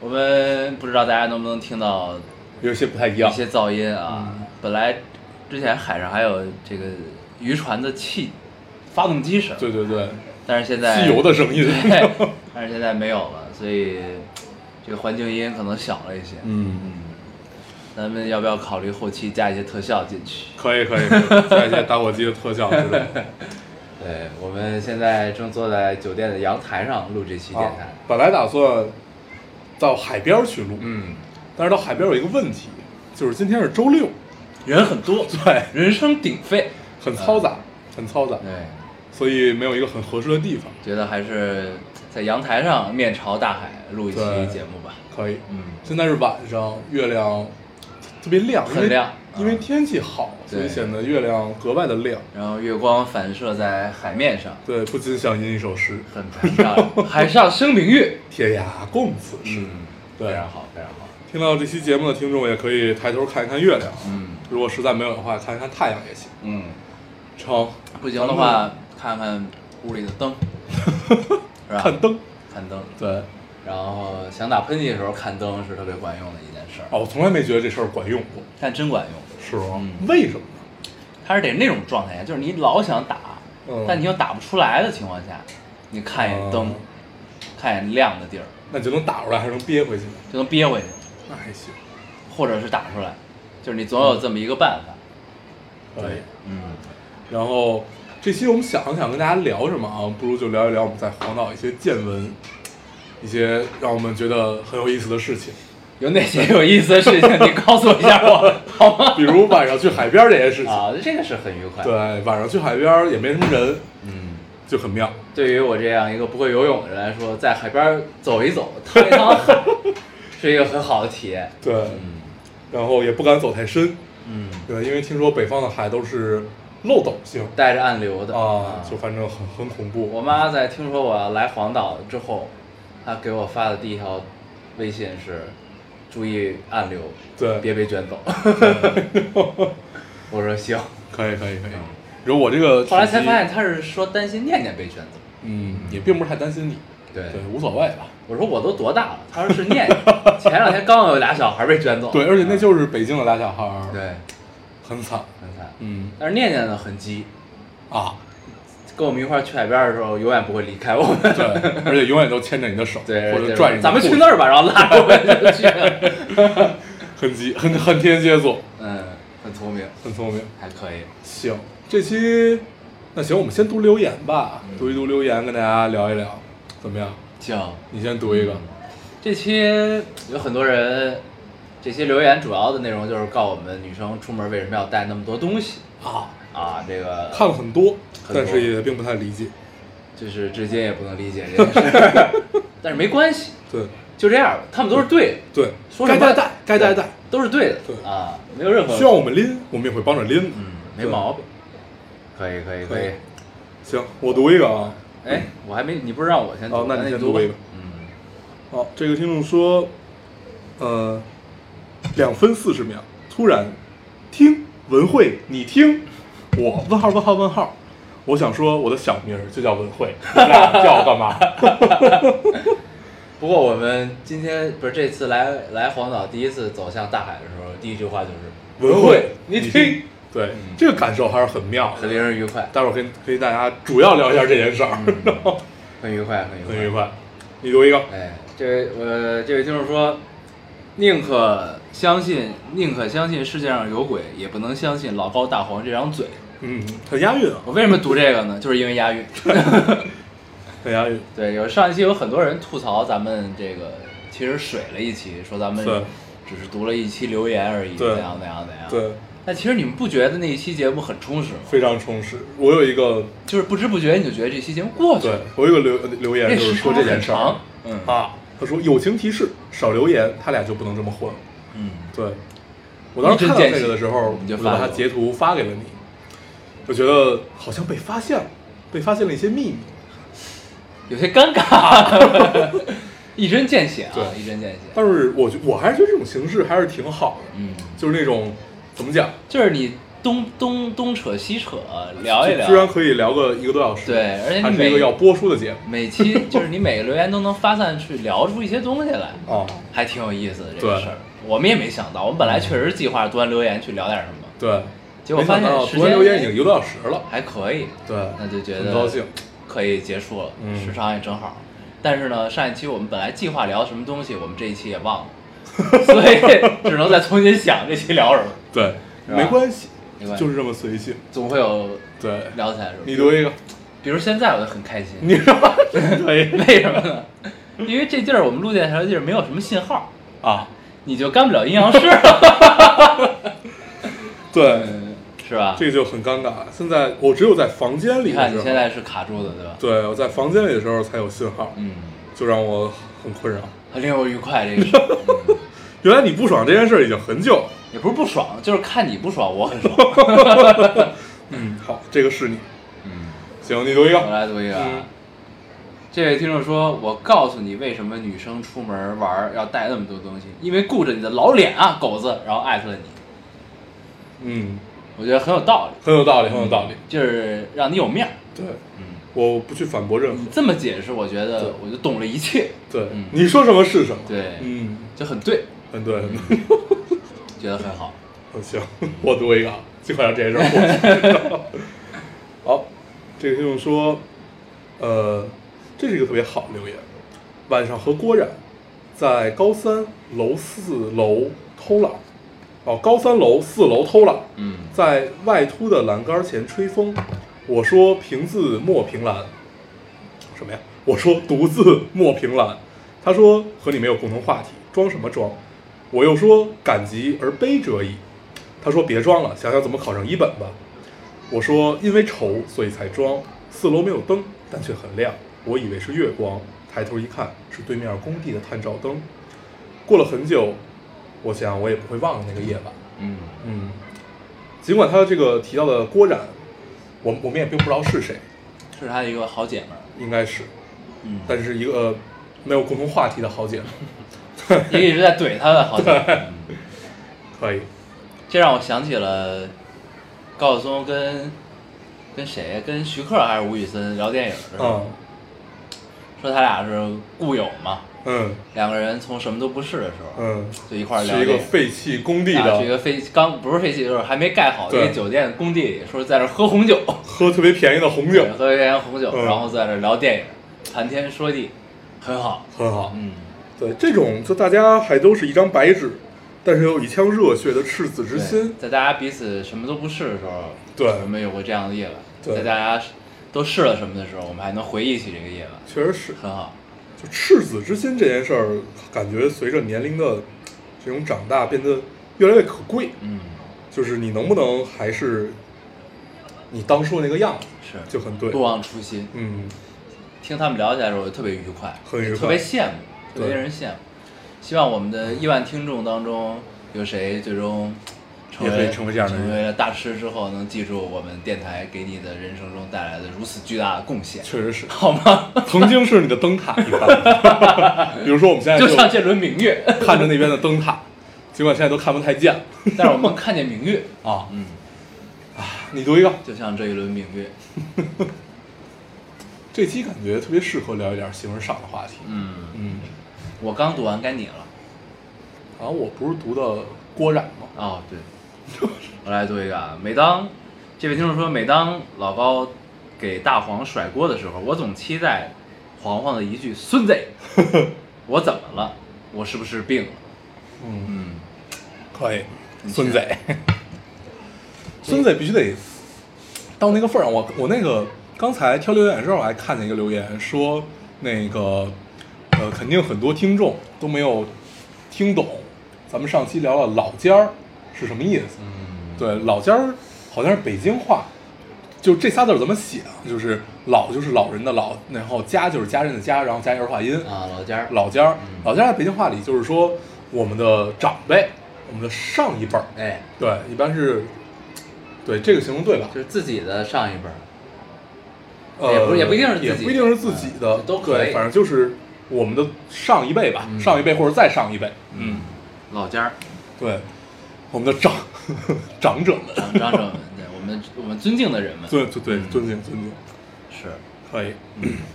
我们不知道大家能不能听到有些不太一一样。些噪音啊。嗯本来之前海上还有这个渔船的气发动机声，对对对，但是现在机油的声音。对，但是现在没有了，所以这个环境音可能小了一些。嗯，咱们要不要考虑后期加一些特效进去？ 可以可以，可以加一些打火机的特 效之类的。对，我们现在正坐在酒店的阳台上录这期电啊台。，本来打算到海边去录，嗯，但是到海边有一个问题，就是今天是周六，人很多， 对，人声鼎沸。很嘈杂，很嘈杂，对，所以没有一个很合适的地方。觉得还是在阳台上面朝大海录一期对节目吧。可以，嗯，现在是晚上，月亮特别亮，因为很亮因为嗯天气好，所以对显得月亮格外的亮。然后月光反射在海面上，对，不禁想吟一首诗：很漂亮。 嗯海上生明月，天涯共此时。对非常好，非常好。听到这期节目的听众也可以抬头看一看月亮，嗯如果实在没有的话，看一看太阳也行。嗯，成，不行的话看看屋里的灯， 是吧？看灯。看灯。对，然后想打喷嚏的时候看灯是特别管用的一件事儿，哦，我从来没觉得这事儿管用过，但真管用。是吗？嗯为什么呢？它是得那种状态下，就是你老想打，嗯但你又打不出来的情况下，你看一眼灯，哦看一眼亮的地儿，那就能打出来，还能憋回去呢？就能憋回去，那还行，或者是打出来，就是你总有这么一个办法。可以。嗯，哎然后这期我们想了想跟大家聊什么啊？不如就聊一聊我们在黄岛一些见闻，一些让我们觉得很有意思的 事情，有哪些有意思的事情，你告诉我一下我好吗？比如晚上去海边这些事 情。啊，这个是很愉快。对，，晚上去海边也没什么人，嗯，就很妙。对于我这样一个不会游泳的人来说，在海边走一 走，趟一趟海，是一个很好的体验。对，嗯然后也不敢走太深，嗯，对，因为听说北方的海都是漏斗性带着暗流的啊，就反正很很恐怖。我妈在听说我要来黄岛之后，她给我发的第一条微信是：注意暗流， 对别被卷走。我说行。 可以可以可以。然后我这个后来才手机发现，她是说担心念念被卷走。嗯，也并不是太担心你，对对，无所谓吧。我说我都多大了？她说是念 念。前两天刚有俩小孩被卷走。啊对，而且那就是北京的俩小孩儿，，对，很惨。很惨。嗯但是念念呢很急，啊，跟我们一块儿去海边的时候，永远不会离开我们。 对，而且永远都牵着你的手， 对，或对者拽着你的咱们裤去子那儿吧，然后拉着我们就去了。很急，很很天蝎座，嗯，很聪明，很聪明。还可以。行，这期那行，我们先读留言吧，读一读留言，跟大家聊一聊，怎么样？行，你先读一个，这期有很多人，这些留言主要的内容就是告我们女生出门为什么要带那么多东西啊，啊，这个看了很多，很多但是也并不太理解。就是至今也不能理解这件事儿， 但是没关系，对就这样吧，他们都是对的，对，说该什么带带，该带带，，都是对的，对啊，没有任何需要我们拎，我们也会帮着拎。嗯，没毛病，可以可以可可以以，行，我读一个啊。哎，我还没，你不是让我先读，哦那你你先读吧读一个，嗯，好，这个听众说，呃，两分四十秒，突然，听文慧，你听我问号问号问号，我想说我的小名儿就叫文慧，你俩叫我 干嘛？不过我们今天不是这次来来黄岛第一次走向大海的时候，第一句话就是文慧慧，，你听，，嗯对，这个感受还是很妙很的。令人愉快，待会儿跟跟大家主要聊一下这件事儿，嗯很愉快，很愉很愉快。你读一个，哎，这位我这位听众说，宁可相信宁可相信世界上有鬼，也不能相信老高大黄这张嘴。嗯，很押韵啊，我为什么读这个呢？就是因为押韵。 很押韵。对，有上一期有很多人吐槽咱们这个，其实水了一期，说咱们对只是读了一期留言而已，对怎样怎样怎样。对，但其实你们不觉得那一期节目很充实吗？非常充实。我有一个，就是不知不觉你就觉得这期节目过去对了，我有一个留留言那就是时说长这件事很儿长嗯，啊，他说友情提示，少留言，他俩就不能这么混了。嗯，对，我当时一针看到见这个血的时候，你就我发给把它我截图发给了你，我觉得好像被发现了，被发现了一些秘密。有些尴尬， 一针见血啊，对一针见血。但是我觉我还是觉得这种形式还是挺好的，嗯，就是那种怎么讲，就是你东东东扯西扯聊一就居然聊，可以聊个一个多小时，对而且你还是一每个要播出的节目 每期就是你每个留言都能发散去聊出一些东西来，啊。还挺有意思的这个对事儿。我们也没想到，我们本来确实计划端留言去聊点什么，对，结果没发想现到时读完留言已间经一个多小时了，还可以，对，那就觉得很高兴。可以结束了，嗯时长也正好。但是呢，上一期我们本来计划聊什么东西，我们这一期也忘 了，所以只能再重新想这期聊什么。对，是吧没关系没关，系就是这么随性。总会有对，聊起来是吧？你读一个，比如现在我就很开心，你知道吗可以 为什么呢？因为这地儿我们录电台的地儿没有什么信号，啊？你就干不了阴阳师， 对，是吧？这个就很尴尬。现在我只有在房间里你的看时你候，现在是卡住的，对吧？对我在房间里的时候才有信号，嗯，就让我很困扰。很令我愉快这个事儿，嗯原来你不爽这件事儿已经很久了。也不是不爽，就是看你不爽，我很爽。 嗯，好，这个是你。嗯。行，你读一我个。来读一个。啊嗯，这位听众说：“我告诉你为什么女生出门玩儿要带那么多东西，因为顾着你的老脸啊，狗子。”然后艾特了你，嗯，我觉得很有道理，很有道理，很有道理。就是让你有面儿。对，嗯，我不去反驳任何你。这么解释，我觉对得我就懂了一切，对嗯，你说什么是什么。对嗯，就很对，很对，很对。觉得很好。嗯行，我读一个，啊，尽快让这件事儿过去。好，这个听众说，呃，这是一个特别好的留言。晚上和郭冉在高三楼四楼偷懒儿，哦，高三楼四楼偷懒儿，嗯在外凸的栏杆前吹风。我说平字莫凭栏，什么呀？我说独自莫凭栏。他说和你没有共同话题，装什么装？我又说感激而悲者矣。他说别装了，想想怎么考上一本吧。我说因为愁，所以才装。四楼没有灯，但却很亮，我以为是月光，抬头一看是对面工地的探照灯。过了很久，我想我也不会忘了那个夜晚。嗯嗯，尽管他这个提到的郭冉，我们我们也并不知道是谁，是她一个好姐们儿。应该是，嗯，但是一个、呃没有共同话题的好姐妹，也一直在怼她的好姐们 儿。嗯可以，这让我想起了高晓松跟跟谁，跟徐克还是吴宇森聊电影的时候。嗯说他俩是故友嘛，嗯两个人从什么都不是的时候，嗯，就一块儿聊是一这个废弃工地啊，去一的，个飞刚不是飞机，就是还没盖好的对一个酒店工地里，说在这儿喝红酒，喝特别便宜的红酒，喝一点红酒，嗯然后在这儿聊电影，谈天说地，很好。很好。嗯，对，这种就大家还都是一张白纸，但是有一腔热血的赤子之对心，在大家彼此什么都不是的时候，对我们有过这样的夜晚，对在大家都试了什么的时候，我们还能回忆起这个夜晚，确实是。很好。就赤子之心这件事儿，感觉随着年龄的这种长大，变得越来越可贵。嗯，就是你能不能还是你当初那个样子，是就很对不。忘初心。嗯，听他们聊起来的时候，我就特别愉快，很愉快也特别羡慕，特别对令人羡慕。希望我们的亿万听众当中有谁最终成也为可以成为这样的人成为了大师之后，能记住我们电台给你的人生中带来的如此巨大的贡献，，确实是好吗？曾经是你的 灯塔，你看比如说我们现在就就像这轮明 月，看着那边的灯塔，尽管现在都看不太见了但是我们看见明月， 啊。嗯，你读一个，就像这一轮明月，这期感觉特别适合聊一点形而上的话题。嗯，嗯，我刚读完该你了。然后我不是读的郭冉吗？哦，对， 我来读一个啊。每当这位听众说，每当老高给大黄甩锅的时候，我总期待黄黄的一句“孙子”， 我怎么了？我是不是病了？嗯，嗯，可以，你孙子， 孙子必须得到那个份儿上。我我那个刚才挑留言的时候，我还看见一个留言说，那个呃，肯定很多听众都没有听懂咱们上期聊了“老尖儿”是什么意思。嗯，对，“老尖儿”好像是北京话，就这仨字儿怎么写啊？就是老就是老人的老，然后家就是家人的家，然后加一儿化音，啊，老家儿老家儿嗯，老家儿在北京话里就是说我们的长辈，我们的上一辈儿，哎，对，一般是，对这个形容对吧就？是自己的上一辈儿，呃，也不也不一定是自己也的不一定是自己的，嗯都可以对，反正就是我们的上一辈吧，嗯上一辈或者再上一辈，嗯，老家儿对，我们的长 长者们，长长者们，对我们我们尊敬的人们，尊尊对嗯尊敬尊敬，是，可以，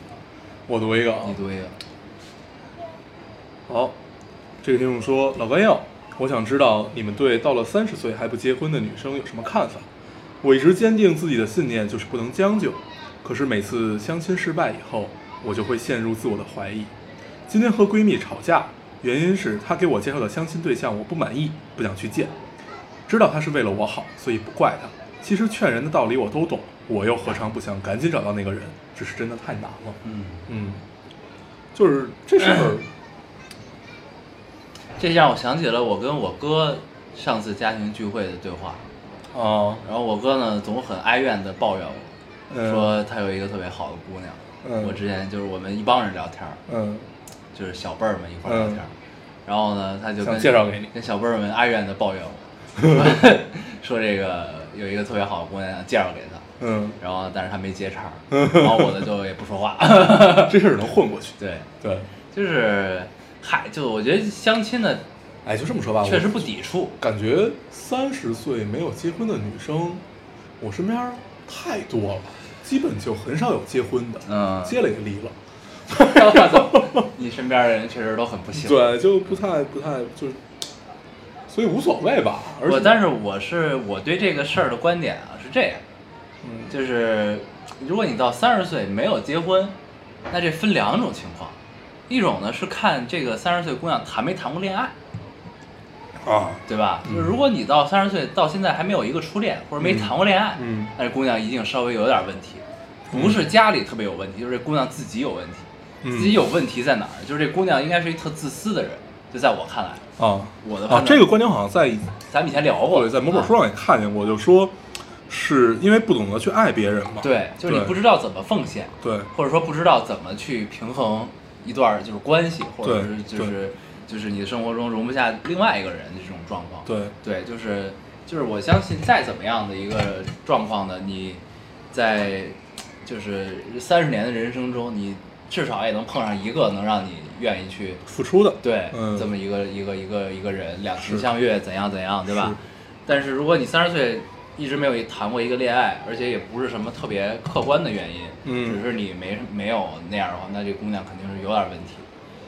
我读一个啊你，读一个，好，这个听众说：“老关耀，我想知道你们对到了三十岁还不结婚的女生有什么看法？我一直坚定自己的信念就是不能将就，可是每次相亲失败以后，我就会陷入自我的怀疑。今天和闺蜜吵架，原因是她给我介绍的相亲对象我不满意，不想去见。知道她是为了我好，所以不怪她。其实劝人的道理我都懂，我又何尝不想赶紧找到那个人？只是真的太难了。嗯，嗯，就是这事儿。”这让我想起了我跟我哥上次家庭聚会的对话，哦，然后我哥呢总很哀怨的抱怨我，嗯说他有一个特别好的姑娘，嗯我之前就是我们一帮人聊天儿，嗯就是小辈儿们一块儿聊天儿，然后呢他就想跟介绍给你跟小辈儿们哀怨的抱怨我， 说这个有一个特别好的姑娘介绍给他，嗯，然后但是他没接茬 儿，然后我呢就也不说话， 这事儿能混过去。对，对，就是嗨，就我觉得相亲呢哎，就这么说吧，确实不抵触，我感觉三十岁没有结婚的女生，我身边儿太多了，基本就很少有结婚的， 嗯 结了也离了，你身边的人确实都很不幸。对，就不太不太就是，所以无所谓吧。而且啊我但是我是我对这个事儿的观点啊是这样，嗯就是如果你到三十岁没有结婚，那这分两种情况，一种呢是看这个三十岁姑娘谈没谈过恋爱，啊，对吧？就是如果你到三十岁到现在还没有一个初恋或者没谈过恋爱，嗯嗯那这姑娘一定稍微有点问题，不是家里特别有问题，就是这姑娘自己有问题。嗯自己有问题在哪儿？就是这姑娘应该是一特自私的人，就在我看来，啊我的判啊断，这个观点好像在咱们以前聊过，对在某本书啊上也看见过，就说是因为不懂得去爱别人嘛。对，就是你对不知道怎么奉献，对或者说不知道怎么去平衡一段儿就是关系，或者对是就是就是你的生活中容不下另外一个人的这种状况。对对，就是就是我相信再怎么样的一个状况呢，你在就是三十年的人生中，你至少也能碰上一个能让你愿意去付出的，对、嗯这么一个一个一个一个人两情是相悦怎样怎样，对吧？是但是如果你三十岁一直没有谈过一个恋爱，而且也不是什么特别客观的原因，嗯只是你没没有那样的话，那这姑娘肯定是有点问题。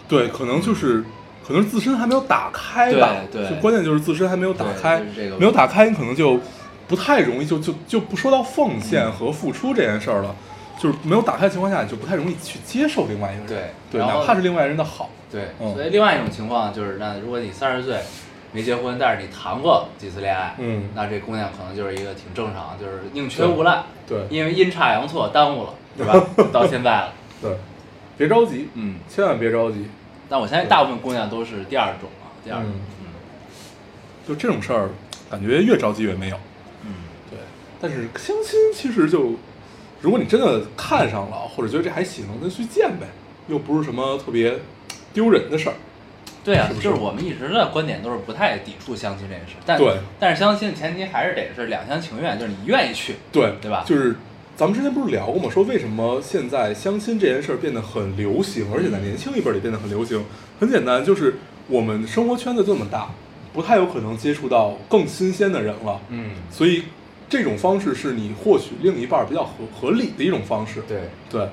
对，可能就是可能是自身还没有打开吧。对对就关键就是自身还没有打开，对就是这个没有打开，你可能就不太容易就就就不说到奉献和付出这件事儿了。就是没有打开的情况下，你就不太容易去接受另外一个人，对对，然后哪怕是另外人的好，对，嗯所以另外一种情况就是，那如果你三十岁没结婚，但是你谈过几次恋爱，嗯那这姑娘可能就是一个挺正常，就是宁缺毋滥，对因为阴差阳错耽误了，对 吧？就到现在了，对，别着急，嗯，千万别着急，但我相信大部分姑娘都是第二种啊，第二种，嗯就这种事儿，感觉越着急越没有。嗯对，但是相亲其实就，如果你真的看上了，或者觉得这还行，那就去见呗，又不是什么特别丢人的事儿。对啊，是不是就是我们一直的观点都是不太抵触相亲这件事，但对但是相亲的前提还是得是两厢情愿，就是你愿意去，对，对吧就是咱们之前不是聊过吗？说为什么现在相亲这件事儿变得很流行，嗯而且在年轻一辈儿里变得很流行？很简单，就是我们生活圈子这么大，不太有可能接触到更新鲜的人了。嗯，所以这种方式是你获取另一半儿比较合合理的一种方式。对，对，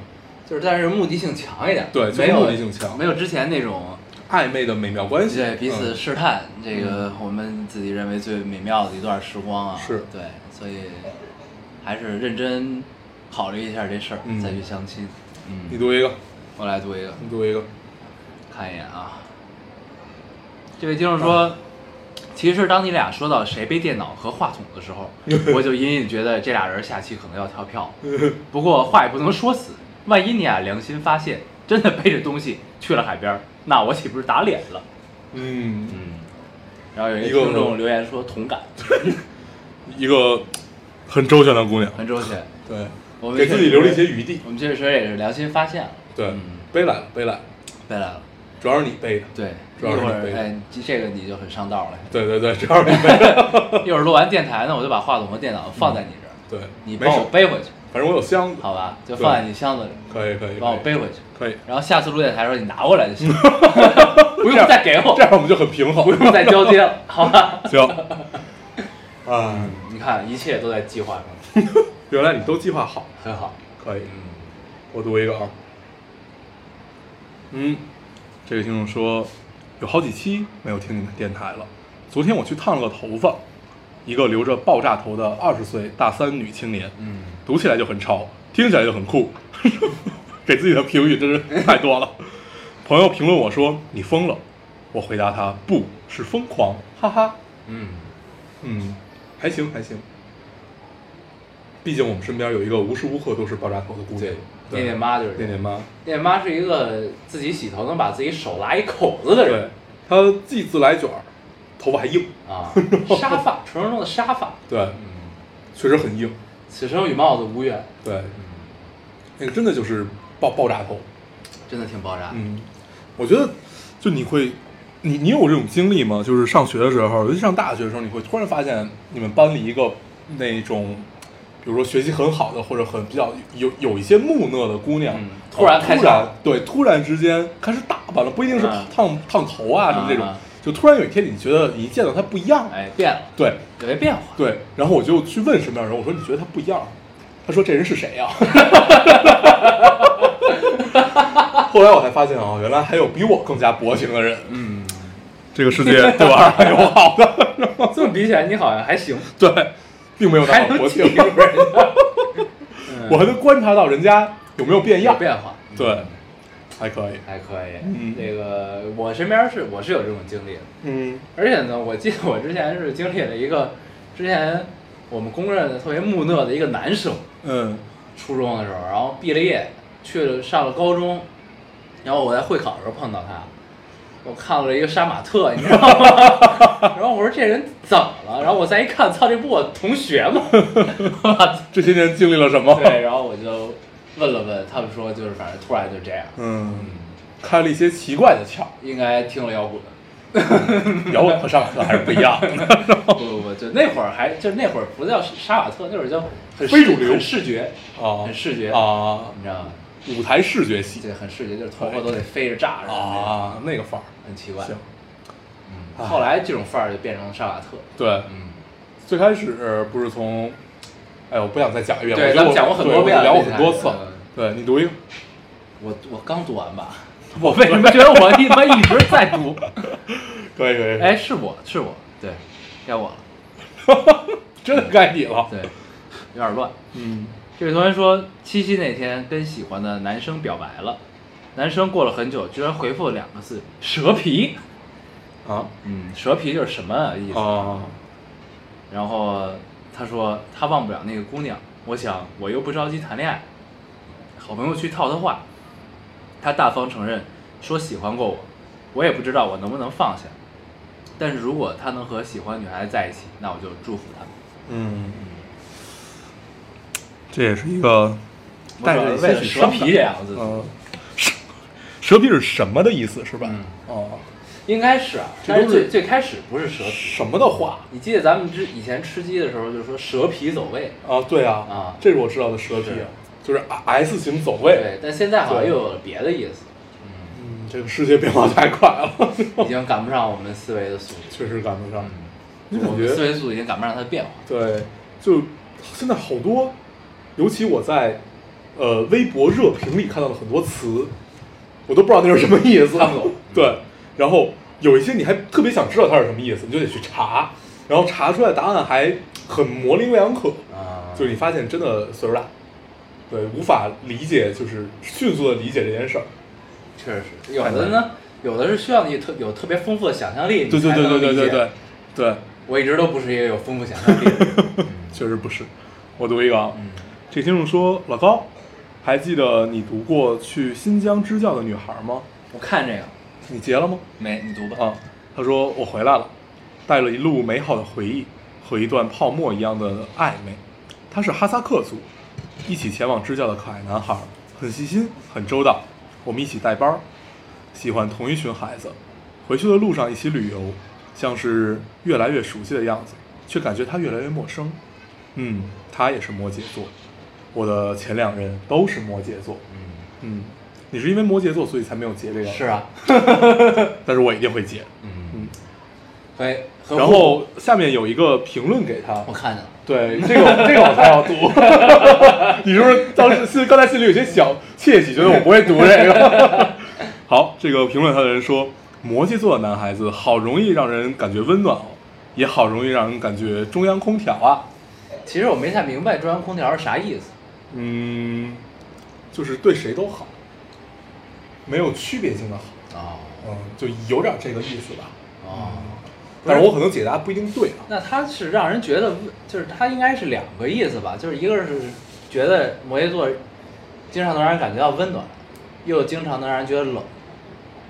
就是但是目的性强一点，对就是没有目的性强没有之前那种暧昧的美妙关系，对彼此嗯试探，这个我们自己认为最美妙的一段时光啊，是对，所以还是认真考虑一下这事儿、嗯再去相亲。嗯，你读一个，我来读一个，你读一个。看一眼啊。这位听众说，其实当你俩说到谁背电脑和话筒的时 候，我就隐隐觉得这俩人下期可能要跳票。不过话也不能说死，万一你俩良心发现，真的背着东西去了海边儿，那我岂不是打脸了？嗯，嗯。然后有一一个个听众留言说同感，一个很周全的姑娘，很周全。对，我们给确自己实留了一些余地。我们确实也是良心发现了，对嗯，背来了，背来了，背来了。主要是你背的。对，一主要是会你背儿的哎，这个你就很上道了。对对对，主要是你背 的。一会儿录完电台呢，我就把话筒和电脑放在你这儿，对，你嗯没帮事我，背回去，反正我有箱子，好吧？就放在你箱子里，可以可以，可以帮我，背回去。可以。然后下次录电台的时候你拿过来就行， 不用再给我这，样我们就很平衡不。用再交接了，好吧？ 行， 啊，你看，一切都在计划中，原来你都计划好，很好。可嗯以。我读一个啊，嗯，这个听众说，有好几期没有听你们电台了。昨天我去烫了个头发，一个留着爆炸头的二十岁大三女青年，嗯，读起来就很潮，听起来就很酷。 给自己的评语真是太多了。朋友评论我说你疯了，我回答他不是疯狂，哈哈。嗯，嗯，还行还行。毕竟我们身边有一个无时无刻都是爆炸头的姑娘对，，念念妈就是这念样念妈，念念妈是一个自己洗头能把自己手拉一口子的对人，她既自来卷儿，头发还硬， 啊，沙发，传说中的沙发。对，嗯，确实很硬，此生与帽子无缘，对，那个真的就是爆爆炸头，真的挺爆炸。嗯，我觉得就你会，你你有这种经历吗？就是上学的时候，尤其上大学的时候，你会突然发现你们班里一个那种，比如说学习很好的或者很比较有有一些木讷的姑娘，嗯突突然开突窍然对突然之间开始打扮了，不一定是嗯烫、烫头啊什么这种，嗯嗯就突然有一天你觉得你一见到她不一样，哎，变了，对有些变化。对，然后我就去问身边人，我说你觉得她不一样？他说这人是谁啊呀、 后来我才发现啊，原来还有比我更加薄情的人。嗯，这个世界对我还是有好的， 这么比起来，你好像还行，对，并没有 那还么能薄挺情，住 人家。我还能观察到人家有没有变有样，变化，嗯对，还可以，还可以。嗯这个我身边是我是有这种经历的，嗯而且呢，我记得我之前是经历了一个，之前我们公认的特别木讷的一个男生，嗯初中的时候，然后毕了业，去了上了高中，然后我在会考的时候碰到他，我看了一个杀马特，你知道吗？然后我说这人怎么了？然后我再一看，操，这不我同学吗？这些年经历了什么？对，然后我就问了问，他们说就是反正突然就这样，嗯，开了一些奇怪的窍，应该听了摇滚。摇滚和上课还是不一样的。不不不，就那会儿还就那会儿不叫杀马特，那会儿叫很非主视流很视觉，啊很视觉，啊，你知道吗？舞台视觉系这很视觉，就是头发都得飞着炸着，啊，那个范儿，很奇怪。行，嗯后来这种范儿就变成杀马特，对，嗯，最开始不是从，哎，我不想再讲一遍，对我觉得咱们我讲过很对多遍我了聊过这很台多次嗯。对你读一个，我我刚读完吧， 我为什么觉得我他妈一直在 读？可以可以，哎，是我是我，对，该我了，真的该 你了。对，有点乱。嗯这位同学说，七夕那天跟喜欢的男生表白了，男生过了很久，居然回复了两个字“蛇皮啊”。嗯，蛇皮就是什么啊意思？啊，然后他说他忘不了那个姑娘，我想我又不着急谈恋爱，好朋友去套他话，他大方承认说喜欢过我，我也不知道我能不能放下，但是如果他能和喜欢女孩子在一起，那我就祝福他。嗯，这也是一个带着我一主要是为些了蛇皮这啊两个字，嗯，蛇蛇皮是什么的意思是吧嗯？哦，应该是啊，这但都是是最最开始不是蛇皮，什么的话你记得咱们之以前吃鸡的时候就说蛇皮走位，啊？对啊，啊这是我知道的蛇皮啊是，就是 S 型走位。对，但现在好像对又有了别的意思，嗯，这个世界变化太快了，已经赶不上我们思维的速度， 确实赶不上。嗯，感我觉们思维速度已经赶不上它的变化。对，就现在好多，尤其我在呃微博热评里看到了很多词，我都不知道那是什么意思，看不懂。 对，然后有一些你还特别想知道它是什么意思，你就得去查，然后查出来答案还很模棱两可，啊，就是你发现真的岁数大，对，无法理解，就是迅速的理解这件事儿。确实是有的呢，有的是需要你特有特别丰富的想象力，你对对才对能对对对理解对，对，我一直都不是一个有丰富想象力的人。确实不是。我读一个啊，嗯这听众说：“老高，还记得你读过去新疆支教的女孩吗？我看这个你结了吗没，你读？”吧。啊，他说：“我回来了，带了一路美好的回忆和一段泡沫一样的暧昧，他是哈萨克族，一起前往支教的可爱男孩，很细心，很周到。我们一起带班儿，喜欢同一群孩子。回去的路上一起旅游，像是越来越熟悉的样子，却感觉他越来越陌生。嗯，他也是摩羯座，我的前两任都是摩羯座。嗯，嗯，你是因为摩羯座所以才没有结这个？是，啊，但是我一定会结。嗯嗯，可以。何然不后下面有一个评论给他，我看见了，对，这个 这个我才要读。你是不是当时心刚才心里有些小窃喜，觉得我不会读这 个？好，这个评论他的人说，摩羯座的男孩子好容易让人感觉温暖哦，也好容易让人感觉中央空调啊。其实我没太明白中央空调是啥意思。嗯，就是对谁都好，没有区别性的好，哦嗯，就有点这个意思吧。哦，但是我可能解答不一定对啊。那他是让人觉得，就是他应该是两个意思吧，就是一个是觉得摩羯座经常能让人感觉到温暖，又经常能让人觉得冷，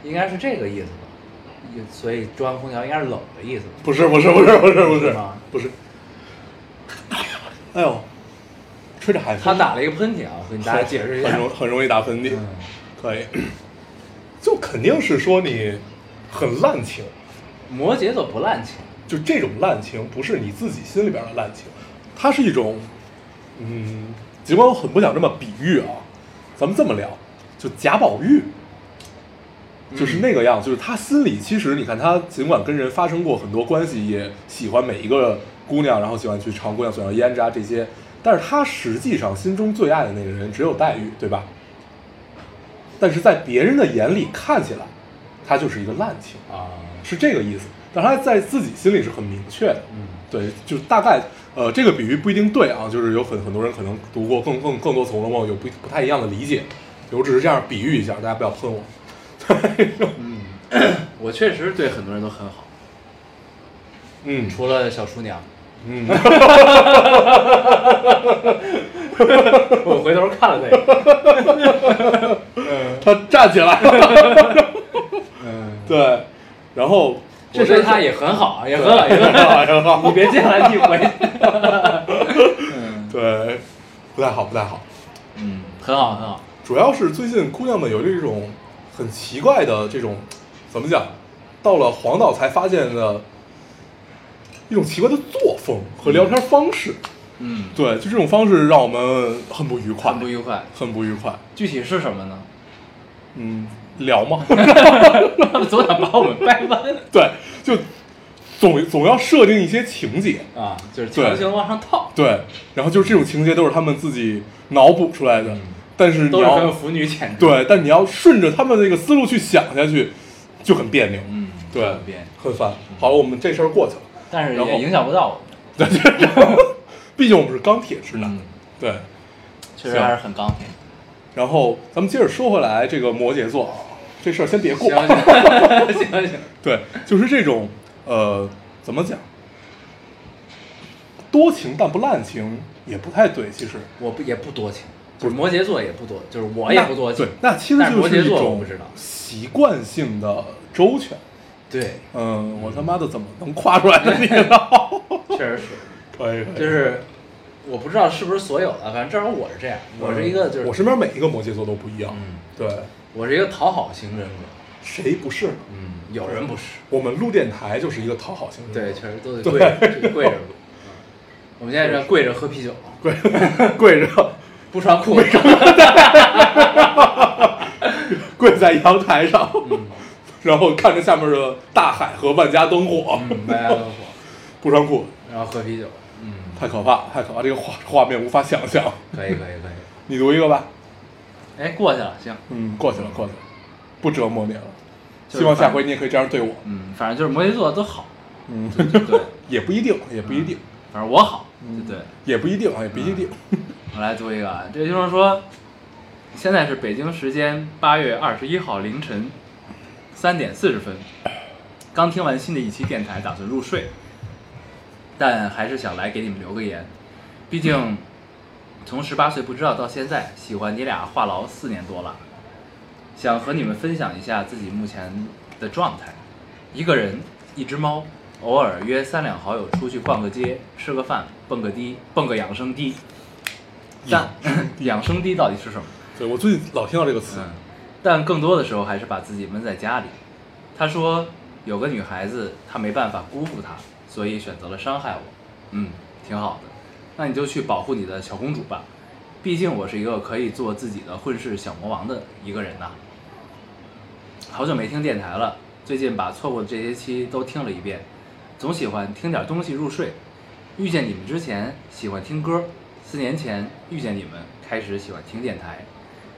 应该是这个意思吧。也所以中央空调应该是冷的意思吧。不是不是不是不是不是是吗不是，哎呦，吹着海风，他打了一个喷嚏啊，我跟大家解 释一下很。容很容易打喷嚏，嗯可以，就肯定是说你很滥情，摩羯座不滥情，就这种滥情不是你自己心里边的滥情，它是一种，嗯，尽管我很不想这么比喻啊，咱们这么聊，就贾宝玉。就是那个样，就是他心里其实你看他尽管跟人发生过很多关系，也喜欢每一个姑娘，然后喜欢去尝姑娘嘴上胭脂啊这些，但是他实际上心中最爱的那个人只有黛玉，对吧？但是在别人的眼里看起来，他就是一个滥情，啊，是这个意思。但他在自己心里是很明确的，嗯对，就是大概呃，这个比喻不一定对啊，就是有很很多人可能读过更更更多《红楼梦》，有不不太一样的理解。我只是这样比喻一下，大家不要喷我。嗯，我确实对很多人都很好，嗯，除了小厨娘。 嗯，我回头看了那个，他站起来了。 嗯， 对，然后这对他也很好，也很好，也很很好好，。很好。 你别进来，你回。 对，不太好，不太好。嗯，很好，很好。主要是最近姑娘们有这种很奇怪的这种，怎么讲？到了黄岛才发现的一种奇怪的作风和聊天方式。嗯，对，就这种方式让我们很不愉快，很不愉快。很不愉快。具体是什么呢？ 嗯，聊嘛，他们总想把我们掰弯 对，就总总要设定一些情节。啊，就是强行往上套，对，然后就是这种情节都是他们自己脑补出来的，但是你嗯都是很要有腐女潜质。，对，但你要顺着他们这个思路去想下去，就很别扭，嗯，对很别扭，很烦。好了，我们这事儿过去了，但是然后也影响不到我们。毕竟我们是钢铁直男，嗯，对。确实还是很钢铁。然后咱们接着说回来，这个摩羯座啊，这事儿先别过行，行 行行， 对，就是这种呃，怎么讲，多情但不滥情也不太对，其实。我不也不多情，不就是摩羯座也不多，就是我也不多情对。，那其实但是就摩是羯一座我种不知道。习惯性的周全。对，嗯，我他妈的怎么能夸出 来呢？你道？确实是。可以，可以就是我不知道是不是所有的，反正至少我是这样，嗯我是一个就是我身边每一个摩羯座都不一样。嗯，对，我是一个讨好型人格，谁不是呢？嗯，有人不是，我们录电台就是一个讨好型人对，格，确实都得跪着 这个跪着录，嗯我们现在这样 跪着喝啤酒，跪跪着 不穿裤子，跪在阳台上，嗯 然后看着下面的大海和万家灯火，嗯，大家都火，不穿裤子，然后喝啤 酒，嗯，太可怕，太可怕，这个画画面无法想象。可以可以可 以，你读一个吧，哎，过去了，行，嗯，过去了，过去了，不折磨你了。就是希望下回你也可以这样对我，嗯，反正就是摩羯座都 好，嗯，对，也不一定，也不一定，反正我好，对对。也不一定啊，也不一嗯定。我来读一个，啊，这就是说，现在是北京时间八月二十一号凌晨三点四十分，刚听完新的一期电台，打算入睡，但还是想来给你们留个言，毕竟从十八岁不知道到现在，喜欢你俩话痨四年多了，想和你们分享一下自己目前的状态，一个人，一只猫，偶尔约三两好友出去逛个街、吃个饭、蹦个迪、蹦个养生迪。但养生 迪到底是什么？对我最近老听到这个词，嗯，但更多的时候还是把自己闷在家里。他说有个女孩子，他没办法辜负她，所以选择了伤害我。嗯，挺好的。那你就去保护你的小公主吧，毕竟我是一个可以做自己的混世小魔王的一个人呐、好久没听电台了，最近把错过的这些期都听了一遍，总喜欢听点东西入睡。遇见你们之前喜欢听歌，四年前遇见你们开始喜欢听电台，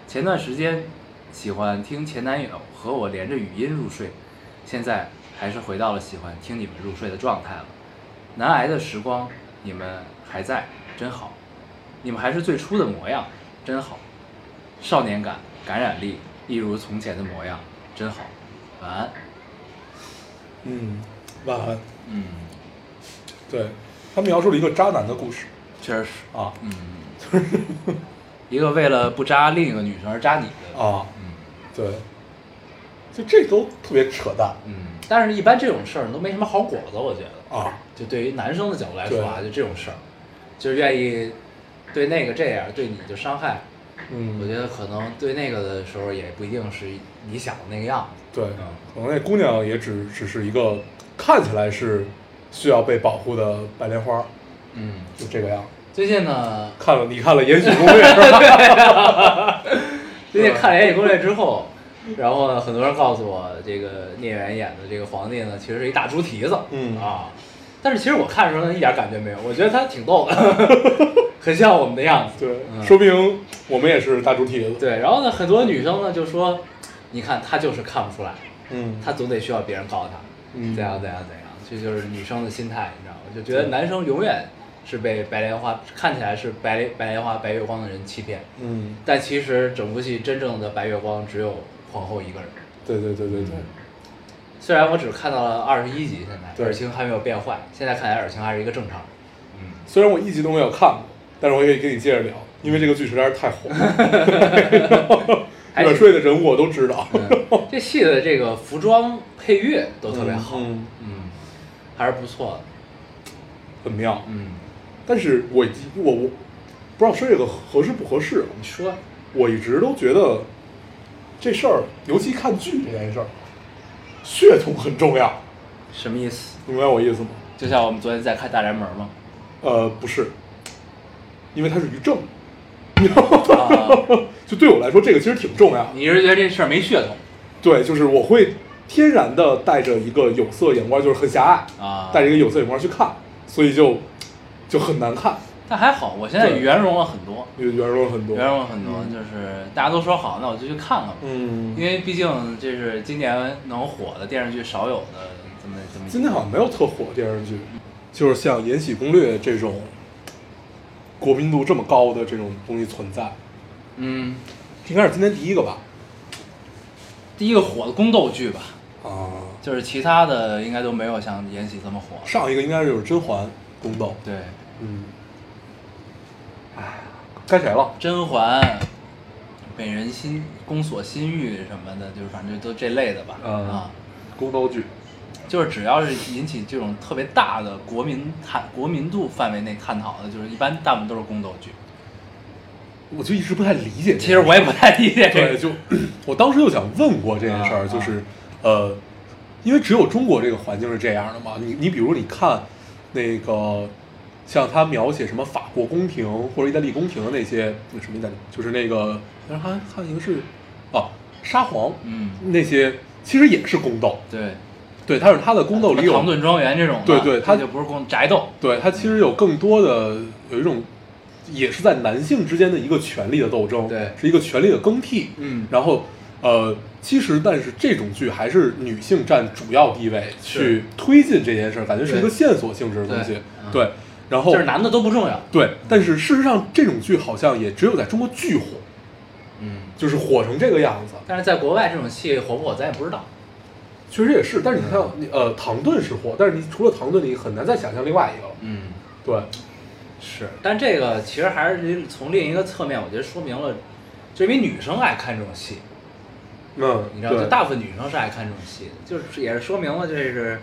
前段时间喜欢听前男友和我连着语音入睡，现在还是回到了喜欢听你们入睡的状态了。难挨的时光，你们还在，真好。你们还是最初的模样，真好。少年感、感染力，一如从前的模样，真好。晚安。嗯，晚安。嗯，对他描述了一个渣男的故事确实是。啊嗯，一个为了不扎另一个女生而扎你的。啊，嗯对，就这都特别扯淡嗯，但是一般这种事儿都没什么好果子，我觉得。啊，就对于男生的角度来说啊，就这种事儿，就是愿意对那个这样，对你就伤害。我嗯，觉得可能对那个的时候也不一定是你想的那个样子。对嗯，可能那姑娘也只只是一个看起来是需要被保护的白莲花，嗯，就这个样。最近呢， 看了你看了《延禧攻略》 是吧？最近看了《延禧攻略》之后，然后呢，很多人告诉我，这个聂远演的这个皇帝呢，其实是一大猪蹄子，嗯啊，但是其实我看的时候呢，一点感觉没有，我觉得他挺 逗的，很像我们的样子。对，嗯说明我们也是大猪蹄子。对，然后呢，很多女生呢就说，你看他就是看不出来，嗯，他总得需要别人告诉他，嗯怎样怎样怎样，这就是女生的心态，你知道吗？就觉得男生永远是被白莲花看起来是白白莲花白月光的人欺骗，嗯，但其实整部戏真正的白月光只有皇后一个人。对对对对对，虽然我只看到了二十一集，现在对尔晴还没有变坏，现在看来尔晴还是一个正常人。虽然我一集都没有看过，但是我也可以跟你接着聊，因为这个剧实在是太 火了。还远睡的人物我都知道，嗯这戏的这个服装配乐都 特别好，嗯嗯，还是不错的，很妙。嗯，但是我一我我不知道说这个合适不合适，你说，我一直都觉得这事儿，尤其看剧这件事儿，血统很重要，什么意思？明白我意思吗？就像我们昨天在看《大宅门》 吗？呃，不是，因为它是于正，啊，就对我来说，这个其实挺重要的。你是觉得这事儿没血统对，就是我会天然的带着一个有色眼光，就是很狭隘，啊？带着一个有色眼光去看，所以就就很难看，但还好，我现在对圆融了很多，就圆融了很多。圆融了很多，就是大家都说好，那我就去看看吧。嗯因，为毕竟这是今年能火的电视剧少有的这么这么一今天好像没有特火的电视剧，就是像《延禧攻略》这种国民度这么高的这种东西存在，嗯，应该是今年第一个吧？第一个火的宫斗剧吧，啊，就是其他的应该都没有像《延禧》这么火。上一个应该就是甄嬛宫斗。对，嗯，哎，该谁了？甄嬛、美人心、宫锁心玉什么的，就是反正都这类的吧。嗯啊，宫斗剧。就是只要是引起这种特别大的国民探国民度范围内探讨的，就是一般大部分都是宫斗剧。我就一直不太理解这个事儿。其实我也不太理解这对，个。就我当时就想问过这件事啊儿，就是呃，因为只有中国这个环境是这样的嘛。你你比如你看那个像他描写什么法国宫廷或者意大利宫廷的那些那什么意大利，就是那个当时还看一个是啊沙皇嗯，那些，其实也是宫斗，对，对，它是它的宫斗里什么唐有，顿庄园这种的，对对它它就不是宫宅斗。对它其实有更多的有一种。也是在男性之间的一个权力的斗争，对是一个权力的更替，嗯然后，呃，其实但是这种剧还是女性占主要地位是去推进这件事儿，感觉是一个对线索性质的东对西嗯。对，然后 就是男的都不重要。对，但是事实上这种剧好像也只有在中国巨火，嗯，就是火成这个样子。但是在国外这种戏火不火咱也不知道。确实也是，但是你看，嗯你呃，唐顿是火，但是你除了唐顿，你很难再想象另外一个了。嗯。对，是，但这个其实还是从另一个侧面，我觉得说明了，就因为女生爱看这种戏，嗯，你知道，就对大部分女生是爱看这种戏的，就是也是说明了这是，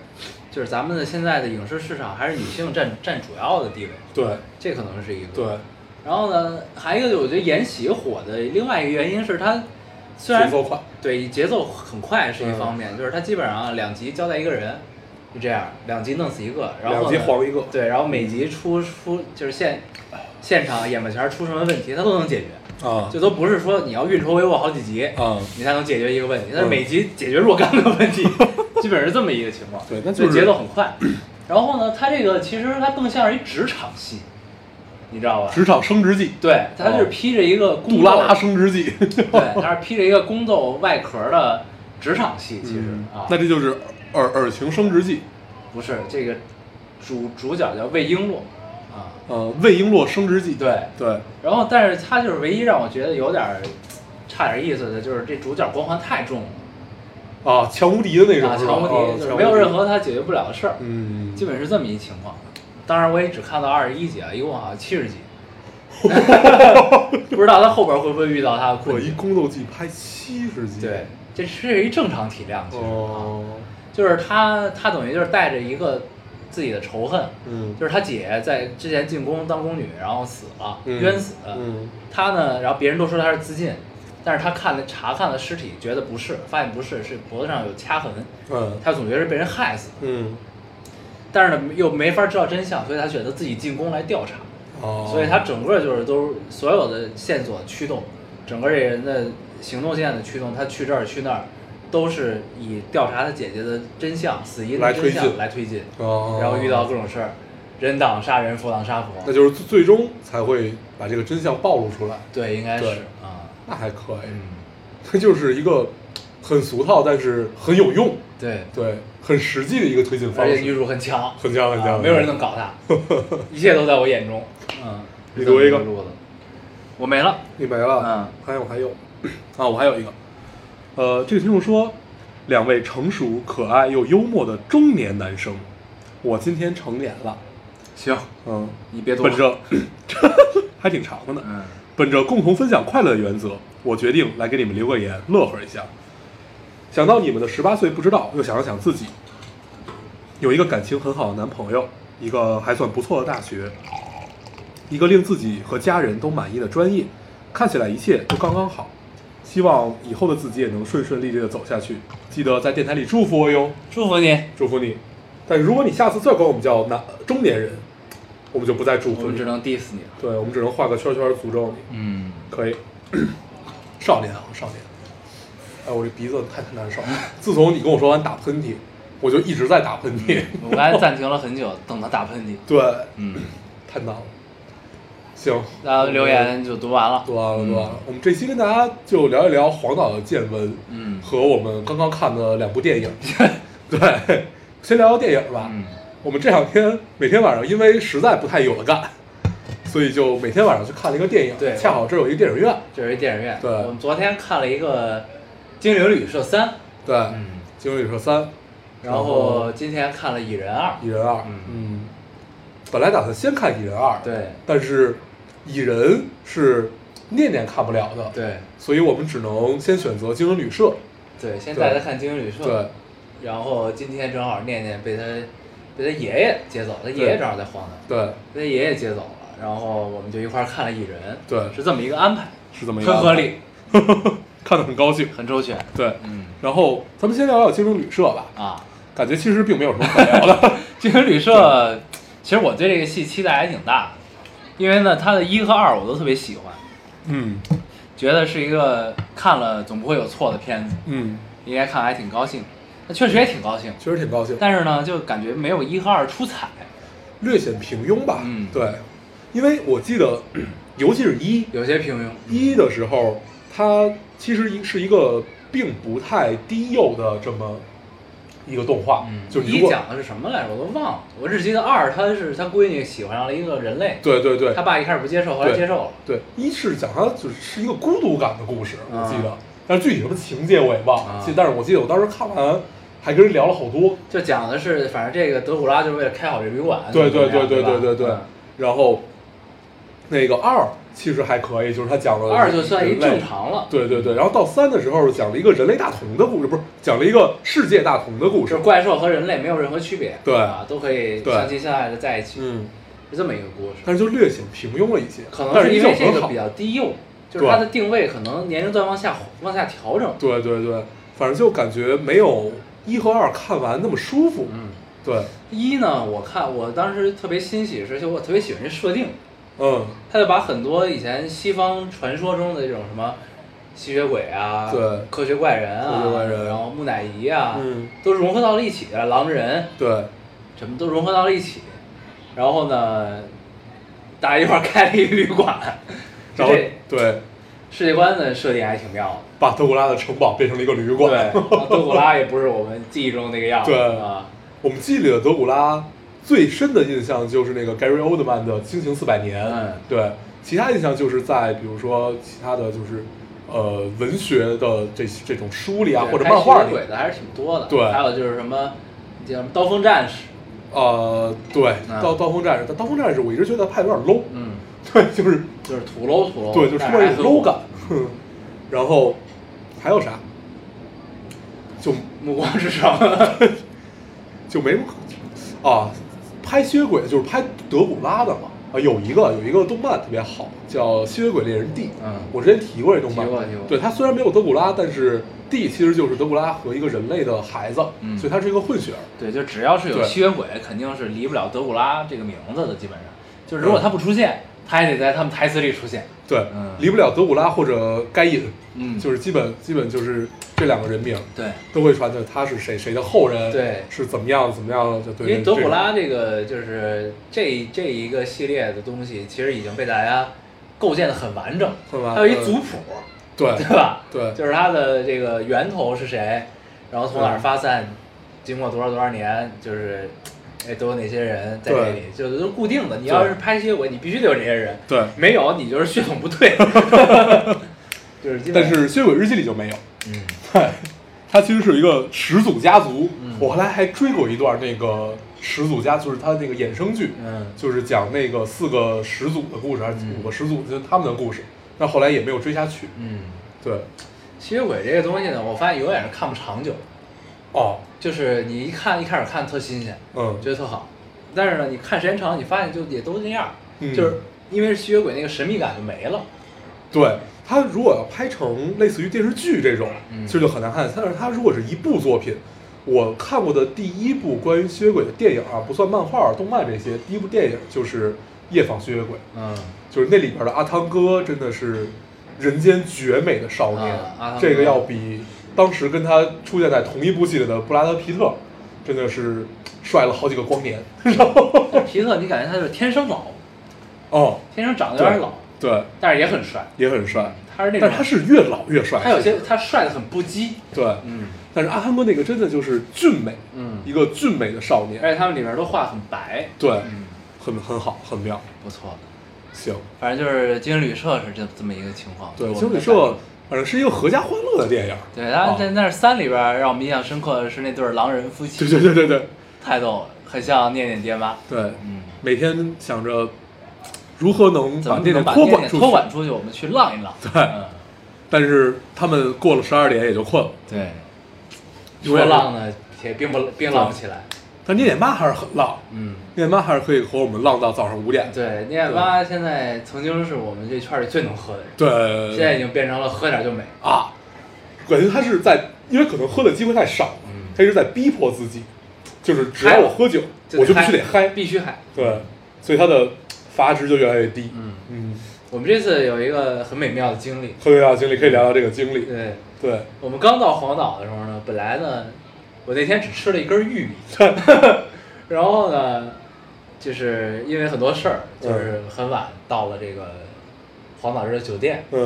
就是咱们的现在的影视市场还是女性占占主要的地位，对这可能是一个。对，然后呢，还有一个我觉得《延禧》火的另外一个原因是它虽节然奏嗯快，对节奏很快是一方面，就是它基本上两集交代一个人，就这样，两集弄死一个，然后两呢集黄一个，对，然后每集出出就是现现场眼巴前儿出什么问题，它都能解决，啊这都不是说你要运筹帷幄好几集，啊，你才能解决一个问题，但嗯是每集解决若干个问 题，基本上是这么一个情况。对那所以就是节奏很快。然后呢，它这个其实它更像是一职场戏，你知道吧？职场升职记，对，它就是哦披着一个宫杜拉斗拉升职记，嗯对，它是披着一个宫斗外壳的职场戏，其实、嗯啊，那这就是尔尔情升职记，不是这个主主角叫魏璎珞啊，呃，魏璎珞升职记，对。对，然后，但是他就是唯一让我觉得有点儿差点意思的，就是这主角光环太重了，啊，强无敌的那种啊，是吧，强无啊敌，就是没有任，何他解决不了的事儿。强无敌嗯，基本是这么一情况。当然，我也只看到二十一集啊，一共好像七十 集，不知道他后边会不会遇到他的我困一境。宫斗剧拍七十集，对，，这是一正常体量，其实、啊，哦，就是他他等于就是带着一个自己的仇恨，嗯，就是他姐在之前进宫当宫女，然后死了，嗯冤死。嗯他呢，然后别人都说他是自尽，但是他看了查看了尸体，觉得不是，发现不是，是脖子上有掐痕，嗯他总觉得是被人害死的，嗯，但是呢又没法知道真相，所以他选择自己进宫来调查。哦，所以他整个就是都是所有的线索驱动，整个这人的行动线的驱动，他去这儿去那儿，都是以调查他姐姐的真相、死因来的推真进相来推进，哦，然后遇到各种事儿，人挡杀人，佛挡杀那佛，就是最终才会把这个真相暴露出来，对，应该是对哎啊，那还可以，嗯，它就是一个很俗套，但是很有用，对，对，很实际的一个推进方而且女式。主很强，很强很啊强很没有人强能搞 她，一切都在我眼中，嗯，你是这么读一个路子，我没了，你没嗯了，还有还有啊，我还有一个，呃，这个听众说，两位成熟、可爱又幽默的中年男生，我今天成年了，行，嗯，你别读本，着 还挺长的呢，嗯，本着共同分享快乐的原则，我决定来给你们留个言，乐呵一下。想到你们的十八岁不知道，又想了想自己，有一个感情很好的男朋友，一个还算不错的大学，一个令自己和家人都满意的专业，看起来一切都刚刚好。希望以后的自己也能顺顺利利的走下去。记得在电台里祝福我哟，祝福你，祝福你。但如果你下次再管我们叫男中年人，我们就不再祝我福们你只。能 diss 你了，对，我们只能画个圈圈诅咒你。嗯。可以， 少年啊，少年。哎，我这鼻子太难受了。自从你跟我说完打喷嚏，我就一直在打喷嚏。 我刚才暂停了很久，等他打喷嚏。 对，嗯，太难了。行，大家留言就读完了。读完了，读完了。我们这期跟大家就聊一聊黄岛的见闻，嗯和我们刚刚看的两部 电影。对，先聊聊电影吧。嗯，我们这两天每天晚上，因为实在不太有的干，所以就每天晚上去看了一个电影。对恰好这儿有一个电影院。这是一电影院。对我们昨天看了一个《精灵旅社三》，对，《嗯，精灵旅社三》，然然后后今天看了《蚁人二蚁人二，嗯嗯，本来打算先看蚁人二》，，，对但是蚁人是念念看不了的，，对所以我们只能先选择精灵旅社，对，先对带他看《精灵旅社》。对，然后今天正好念念被他被他爷爷接走，他爷爷对正好在荒岛，对，被他爷爷接走了。然后我们就一块儿看了《蚁人》。对是这么一个安排，是这么一个，很合，理，看得很高兴，很周全。对，嗯然后咱们先聊聊精灵旅社吧，啊。感觉其实并没有什么可聊的， 精灵旅社，其实我对这个戏期待还挺大的，因为呢，它的一和二我都特别喜欢，嗯觉得是一个看了总不会有错的片子，嗯，应该看还挺高兴。那确实也挺高兴，确实挺高兴，但是呢，就感觉没有一和二出彩，略显平庸吧，嗯对，因为我记得， 尤其是一，有些平庸。一的时候，它其实一是一个并不太低幼的这么一个动画，嗯，就如一果讲的是什么来着？我都忘了。我只记得二，他是他闺女喜欢上了一个人类，对对对他爸一开始不接受，后来对接受了。对，一是讲它就是是一个孤独感的故事，我啊记得，但是具体什么情节我也忘了，啊记但是我记得我当时看完还跟人聊了好多，就讲的是，反正这个德古啊拉就是为了开好这旅馆。对对怎么样对对对吧对对对嗯，然后那个二其实还可以，就是他讲了二就算一人类正常了，对对对，然后到三的时候讲了一个人类大同的故事，不是讲了一个世界大同的故就事是。怪兽和人类没有任何区别，对啊，都可以对相亲相爱的在一起，嗯，是这么一个故事。但是就略显平庸了一些，可能但是是依因旧为这很个好比。较低幼，就是它的定位可能年龄段往下往下调整。对对对，反正就感觉没有一和二看完那么舒服。嗯，对，一呢，我看我当时特别欣喜是，就我特别喜欢这设定，嗯，他就把很多以前西方传说中的这种什么吸血鬼啊，对科学怪人啊，科学怪人然后木乃伊啊，嗯都融合到了一起的，狼人对，什么都融合到了一起。然后呢，大家一块儿开了一旅馆， 然后这对，世界观的设定还挺妙的。把德古拉的城堡变成了一个旅馆。对，德古拉也不是我们记忆中那个样子对啊。 我们记忆里的德古拉最深的印象就是那个 Gary Oldman 的《惊情四百年》，嗯对，其他印象就是在比如说其他的就是呃文学的这这种书里啊对或者漫画拍吸里血，鬼的还是挺多的。对还有就是什么叫什么刀锋战士，呃，对，嗯刀刀锋战士，但刀锋战士我一直觉得他拍的有点 low， 嗯，对，就是就是土楼土楼，对，就出但现是一哦还种很 low 火感，哼然后还有啥？就暮光之城， 就没什么可啊。拍吸血鬼就是拍德古拉的嘛啊，有一个有一个动漫特别好，叫《吸血鬼猎人 D》。嗯我之前提过这动漫，提过提过对它虽然没有德古拉，但是 D 其实就是德古拉和一个人类的孩子，嗯所以它是一个混血儿。对，就只要是有对吸血鬼，肯定是离不了德古拉这个名字的，基本上。就如果他不出现，他也得在他们台词里出现。对，嗯离不了德古拉或者该隐，嗯就是基本基本就是这两个人名对，都会传的，他是谁谁的后人，对是怎么样怎么样，就因对。为德古拉这这个就是这这一个系列的东西，其实已经被大家构建的很完整，很完它有一嗯族谱，种 对对吧？对就是它的这个源头是谁，然后从哪儿发散，经过多少多少年，就是哎都有哪些人在这里，就是都是固定的。你要是拍吸血鬼，你必须得有这些人，对，没有你就是血统不对。 就是基本但是《吸血鬼日记》里就没有。嗯，对，它其实是一个始祖家族。嗯我后来还追过一段那个始祖家，就是它那个衍生剧，嗯就是讲那个四个始祖的故事，还是嗯五个始祖就是他们的故事。但后来也没有追下去。嗯，对，吸血鬼这个东西呢，我发现永远是看不长久的，哦，就是你一看一开始看特新鲜，嗯，觉得特好，但是呢，你看时间长，了，你发现就也都那样，嗯就是因为是吸血鬼那个神秘感就没了。对。它如果要拍成类似于电视剧这种，嗯其实就很难看。但是它如果是一部作品，我看过的第一部关于吸血鬼的电影啊，不算漫画、动漫这些，第一部电影就是《夜访吸血鬼》。嗯，就是那里边的阿汤哥真的是人间绝美的少年，啊阿汤哥这个要比当时跟他出现在同一部戏里的布拉德皮特，真的是帅了好几个 光年。然后皮特，你感觉他就是天生老，哦，天生长得有点老，对，但是也很帅。也很帅，他是那种，但是他是越老越帅。他有其些实他帅的很不羁。对，嗯但是阿汤哥那个真的就是俊美，嗯，一个俊美的少年，而且他们里面都画很白。对，嗯，很很好，很妙。不错。行，反正就是精英旅社是这这么一个情况。对，我们精的感旅社觉。反正是一个合家欢乐的电影。对，然后哦在那三里边让我们印象深刻的是那对狼人夫妻，对对对对对太逗了，很像念念爹妈。对，嗯，每天想着如何能怎么念能念把托念念管出去，托管出去？我们去浪一浪。对嗯、但是他们过了十二点也就困了。对，永说远是浪呢也并不并浪不起来。但念念妈还是很浪，嗯，念念妈还是可以和我们浪到早上五点。对，念妈现在曾经是我们这圈里最能喝的人，对，现在已经变成了喝点就美。啊，感觉他是在，因为可能喝的机会太少了，嗯他一直在逼迫自己，就是只要我喝酒，得我就必须得嗨。必须嗨。对，所以他的阀值就越来越低。嗯嗯，我们这次有一个很美妙的经历，喝酒大经历可以聊聊这个经历。对对，我们刚到黄岛的时候呢，本来呢，我那天只吃了一根 玉米，然后呢，就是因为很多事儿，就是很晚到了这个黄岛这个酒店，嗯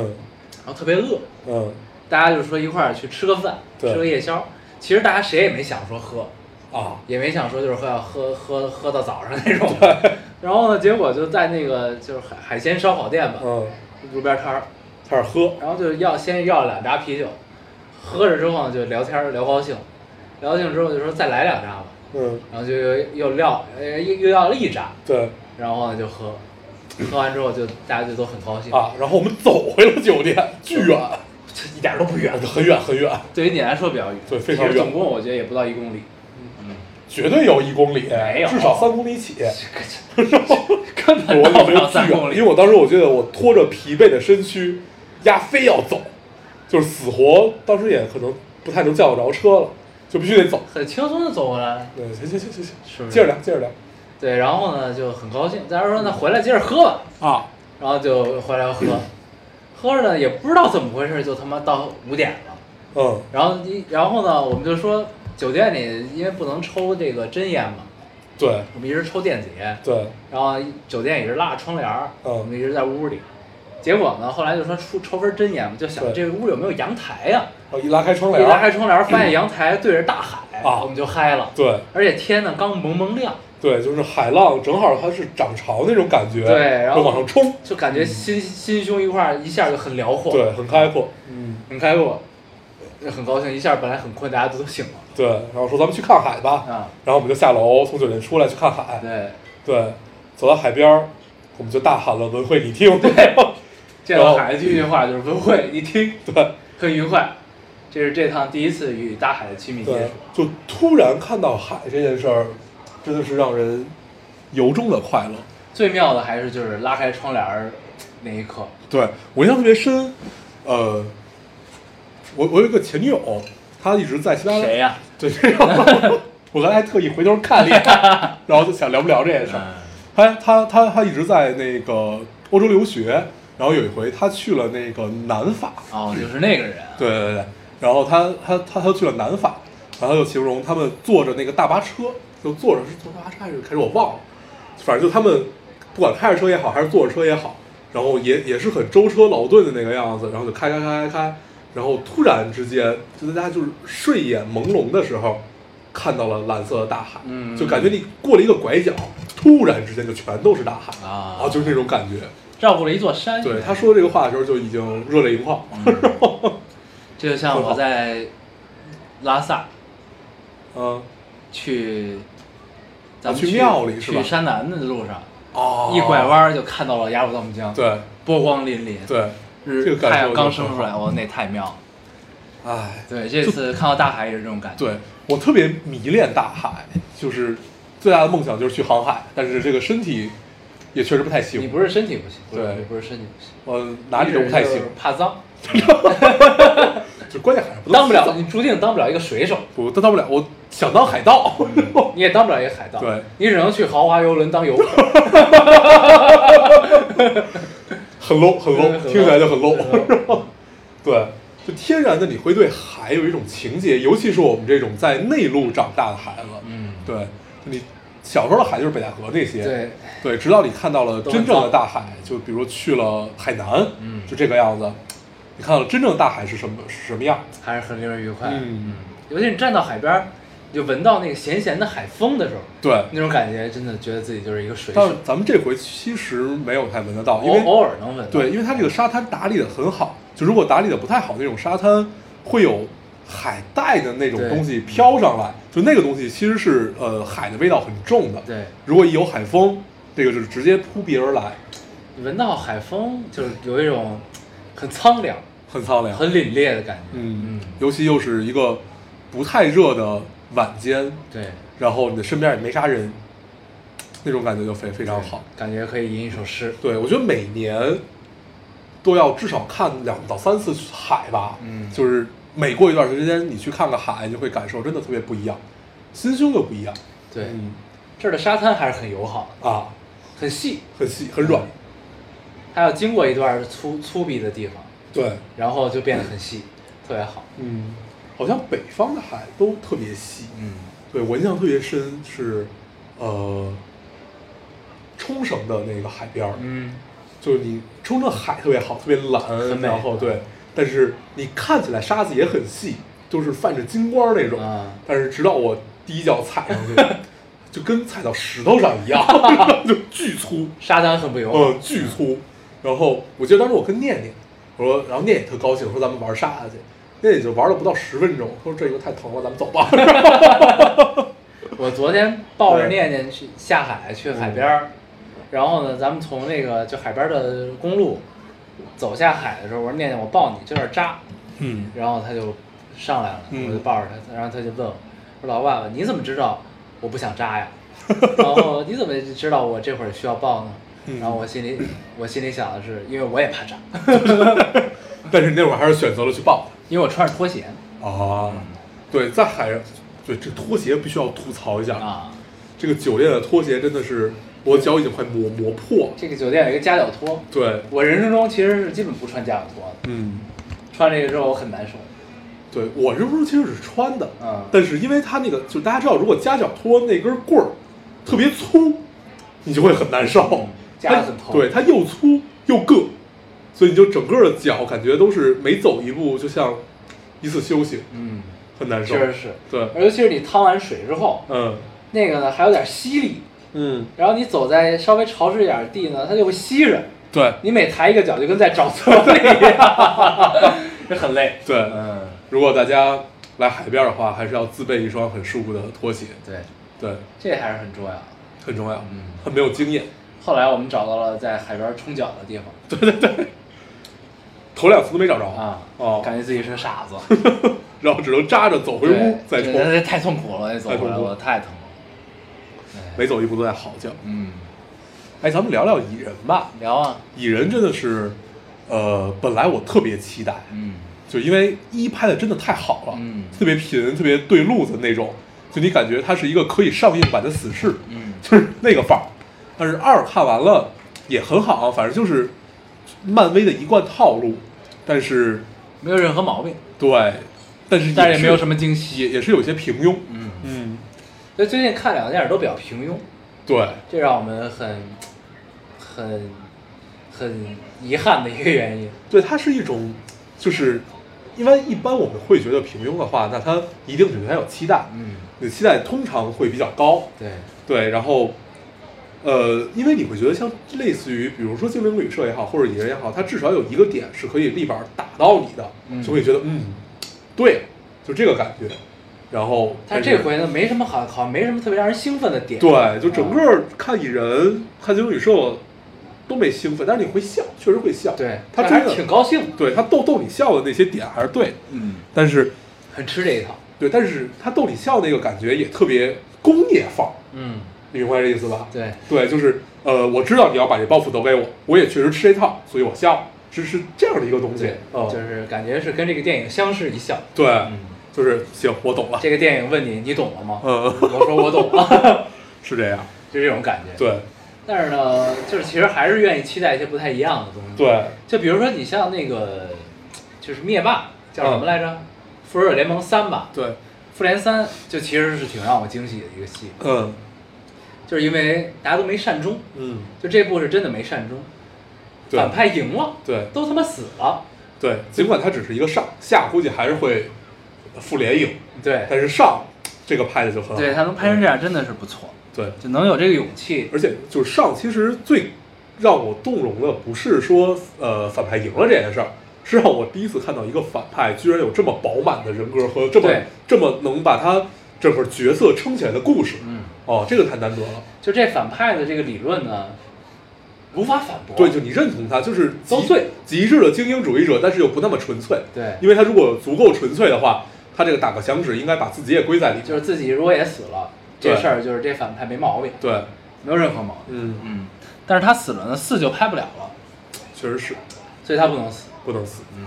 然后特别饿，嗯大家就说一块儿去吃个饭，对吃个夜宵。其实大家谁也没想说喝，啊，也没想说就是喝要喝喝喝到早上那种。然后呢，结果就在那个就是海海鲜烧烤店吧，嗯，路边摊儿，开始喝，然后就要先要了两扎啤酒，喝着之后呢就聊天儿聊高兴，聊高兴之后就说再来两扎吧，嗯，然后就又又撂呃又又要了一扎，对，然后呢就喝，喝完之后就大家就都很高兴。啊，然后我们走回了酒店，巨远，这一点都不远，很远很远，对于你来说比较远，对非常其实远总共我觉得也不到一公里，绝对有一公里，没有至少三公里起。根我本到不就觉了得三巨公远，里。啊因为我当时我觉得我拖着疲惫的身躯，压非要走，就是死活，当时也可能不太能叫得着车了，就必须得走。很轻松的走过来，对，行行行行行，是不是接着聊，接着聊对，然后呢就很高兴，大家说那回来接着喝吧，啊，然后就 回来喝，喝着呢也不知道怎么回事，就他妈到五点了。嗯然后一然后呢，我们就说酒店里因为不能抽这个真烟嘛，，对我们一直抽电子烟，对，然后酒店也是拉着窗帘儿，嗯我们一直在屋里。结果呢，后来就说出抽根真烟嘛，就想对这个屋有没有阳台呀、哦，一拉开窗啊一帘拉儿，开窗帘儿，发现阳台对着大海，啊我们就嗨了。对而且天呢刚蒙蒙亮，对，就是海浪正好它是涨潮那种感觉，对然后就往上冲，就感觉心、心胸一块儿一下就很辽阔，对，很开阔，嗯，很开阔，很高兴。一下本来很困，大家都都醒了对，然后说咱们去看海吧，啊，然后我们就下楼从酒店出来去看海，对，对，走到海边儿，我们就大喊了“文慧，你听”， 见到海的第一句话就是文慧，一听对很愉快。这是这趟第一次与大海的亲密接对触，，就突然看到海这件事儿，真的是让人由衷的快乐。最妙的还是就是拉开窗帘儿那一刻，对我印象特别深，呃，我我有一个前女友，她一直在西班牙谁呀、对，然后 我刚才还特意回头看了一眼， 然后就想聊不聊这件事儿。嗯哎他他他他一直在那个欧洲留学，然后有一回他去了那个南法，哦，就是那个人啊，对对对，然后他他他他去了南法，然后他就形容他们坐着那个大巴车，就坐着是坐大巴车还是开车我忘了，反正就他们不管开着车也好，还是坐着车也好，然后也也是很舟车劳顿的那个样子，然后就开开开开开，然后突然之间就大家就是睡眼朦胧的时候，看到了蓝色的大海，嗯就感觉你过了一个拐角，突然之间就全都是大海啊然后就是那种感觉。照顾了一座山。嗯对他说这个话的时候就已经热泪盈眶，嗯这就像我在拉萨嗯，去，咱们啊去庙里是吧去山南的路上，哦一拐弯儿就看到了雅鲁藏布江，，对波光粼粼，，对，这日个感受太阳就刚很升出来，哦我那太妙了。哎，对，这次看到大海也是这种感觉。对我特别迷恋大海，就是最大的梦想就是去航海，但是这个身体也确实不太你行，不是身体不行，不是对你不是身体不行，我哪里都不太你只行是，怕脏，就关键海上不能当不洗了，澡，你注定当不了一个水手，不，当当不了，我想当海盗， 你也当不了一个海盗，对你只能去豪华游轮当游客，很 low 很对 low，很听起来就很 low low，对， 就天然的你会对海有一种情结，尤其是我们这种在内陆长大的孩子，嗯，对你小时候的海就是北戴河那些，对，对，直到你看到了都很真正的脏大海，就比如去了海南，嗯就这个样子，你看到了真正的大海是什么是什么样，还是很令人愉快。嗯，尤其你站到海边儿，你就闻到那个咸咸的海风的时候，对。那种感觉真的觉得自己就是一个水但手是，咱们这回其实没有太闻得到，因偶为偶尔能闻到。对，因为它这个沙滩打理的很好，就如果打理的不太好，那种沙滩会有海带的那种对东西飘上来，就那个东西其实是呃海的味道很重的，对，如果一有海风，这个就是直接扑鼻而来，你闻到海风就是有一种很苍凉、很苍凉，很凛冽的感觉。嗯嗯，尤其又是一个不太热的晚间，对，然后你的身边也没啥人，那种感觉就非非常好。感觉可以吟一首诗。对我觉得每年都要至少看两到三次海吧，嗯就是每过一段时间你去看看海，你就会感受真的特别不一样，心胸就不一样。对，嗯这儿的沙滩还是很友好的，啊，很细，很细很软，它要经过一段粗粗鄙的地方，对，然后就变得很细，特别好。嗯，好像北方的海都特别细，嗯，对我印象特别深是，呃，冲绳的那个海边儿，嗯，就是你冲绳海特别好，特别蓝，很美然后对，但是你看起来沙子也很细，就是泛着金光儿那种，啊但是直到我第一脚踩上去，就跟踩到石头上一样，就巨粗，沙滩很不友好，嗯，巨粗。然后我记得当时我跟念念，我说，然后念念特高兴，说咱们玩沙子去。念念就玩了不到十分钟，说这个太疼了，咱们走吧。我昨天抱着念念去下海，去海边儿，然后呢，咱们从那个就海边的公路走下海的时候，我说念念，我抱你，这有点扎。嗯然后他就上来了，嗯我就抱着他，然后他就问我，说老爸爸，你怎么知道我不想 扎呀？然后你怎么知道我这会儿需要抱呢？嗯然后我心里我心里想的是，因为我也怕扎， 但是你那会儿还是选择了去抱因为我穿着拖鞋啊。对，在海上，对这拖鞋必须要吐槽一下，啊。这个酒店的拖鞋真的是我脚已经快磨磨破了。这个酒店有一个夹脚拖，对，我人生中其实是基本不穿夹脚拖的，嗯，穿这个之后我很难受。对我这不是其实是穿的，嗯但是因为它那个就是大家知道，如果夹脚拖那根棍儿特别粗，你就会很难受嗯，夹得很它疼对，它又粗又硌，所以你就整个的脚感觉都是每走一步就像一次休息，嗯，很难受。确实是，对，尤其是你趟完水之后，嗯那个呢还有点吸力，嗯，然后你走在稍微潮湿一点的地呢，它就会吸着。对你每抬一个脚，就跟在找厕所一 样，这很累。对，嗯，如果大家来海边的话，还是要自备一双很舒服的拖鞋，对，对，这还是很重要的。很重要，嗯很没有经验。后来我们找到了在海边冲脚的地方头两次都没找着啊，哦，感觉自己是个傻子，然后只能扎着走回屋对再这冲，这太痛苦了，那走回太来痛苦我太疼了。每走一步都在嚎叫。嗯，哎，咱们聊聊蚁人吧。聊啊，蚁人真的是，呃，本来我特别期待，嗯，就因为一拍的真的太好了，嗯特别贫，特别对路子那种，就你感觉它是一个可以上映版的死侍，嗯就是 那个范儿。但是二看完了也很好，啊反正就是漫威的一贯套路，但是没有任何毛病，对，但是但是也没有什么，么惊喜。也也是有些平庸，嗯，嗯，所以最近看两个电影都比较平庸，对，这让我们很、很、很遗憾的一个原因。对，它是一种，就是，因为一般我们会觉得平庸的话，那它一定是对它有期待，嗯，你的期待通常会比较高，对，对，然后，呃，因为你会觉得像类似于，比如说精灵旅社也好，或者蚁人也好，它至少有一个点是可以立板打到你的，嗯就会觉得嗯，对，就这个感觉，然后，但是这回呢，没什么好，好像没什么特别让人兴奋的点。对，就整个看蚁人、看精灵旅社都没兴奋，但是你会笑，确实会笑，对，他但真还的是挺高兴的，对他逗逗你笑的那些点还是对的，嗯，但是很吃这一套。对，但是他逗你笑那个感觉也特别工业范儿，嗯，你明白这意思吧？对，对，就是呃，我知道你要把这包袱都给我，我也确实吃这套，所以我笑，是是这样的一个东西对，，嗯，就是感觉是跟这个电影相视一笑。对，嗯，就是行，我懂了，这个电影问你，你懂了吗？嗯，我说我懂了， 是这样，就这种感觉。，对但是呢，就是其实还是愿意期待一些不太一样的东西。，对，就比如说你像那个，就是灭霸叫什么嗯来着，复仇者联盟三》吧，对， 《复联三》就其实是挺让我惊喜的一个戏，嗯就是因为大家都没善终，嗯，就这部是真的没善终，对反派赢了，对都他妈死了，对，尽管它只是一个上下，估计还是会复联影，对但是上这个拍的就很好，对他能拍成这样真的是不错，对，就能有这个勇气。而且就是上，其实最让我动容的不是说呃反派赢了这件事儿，是让我第一次看到一个反派居然有这么饱满的人格和这么对这么能把他整个角色撑起来的故事。嗯，哦，这个太难得了。就这反派的这个理论呢，无法反驳。对，就你认同他，就是极都对极致的精英主义者，但是又不那么纯粹。对因为他如果足够纯粹的话，他这个打个响指应该把自己也归在里面。就是自己如果也死了，这对事儿就是这反派没毛病，对，没有任何毛病。嗯，嗯，但是他死了呢，四就拍不了了。确实是。所以他不能死。不能死。嗯，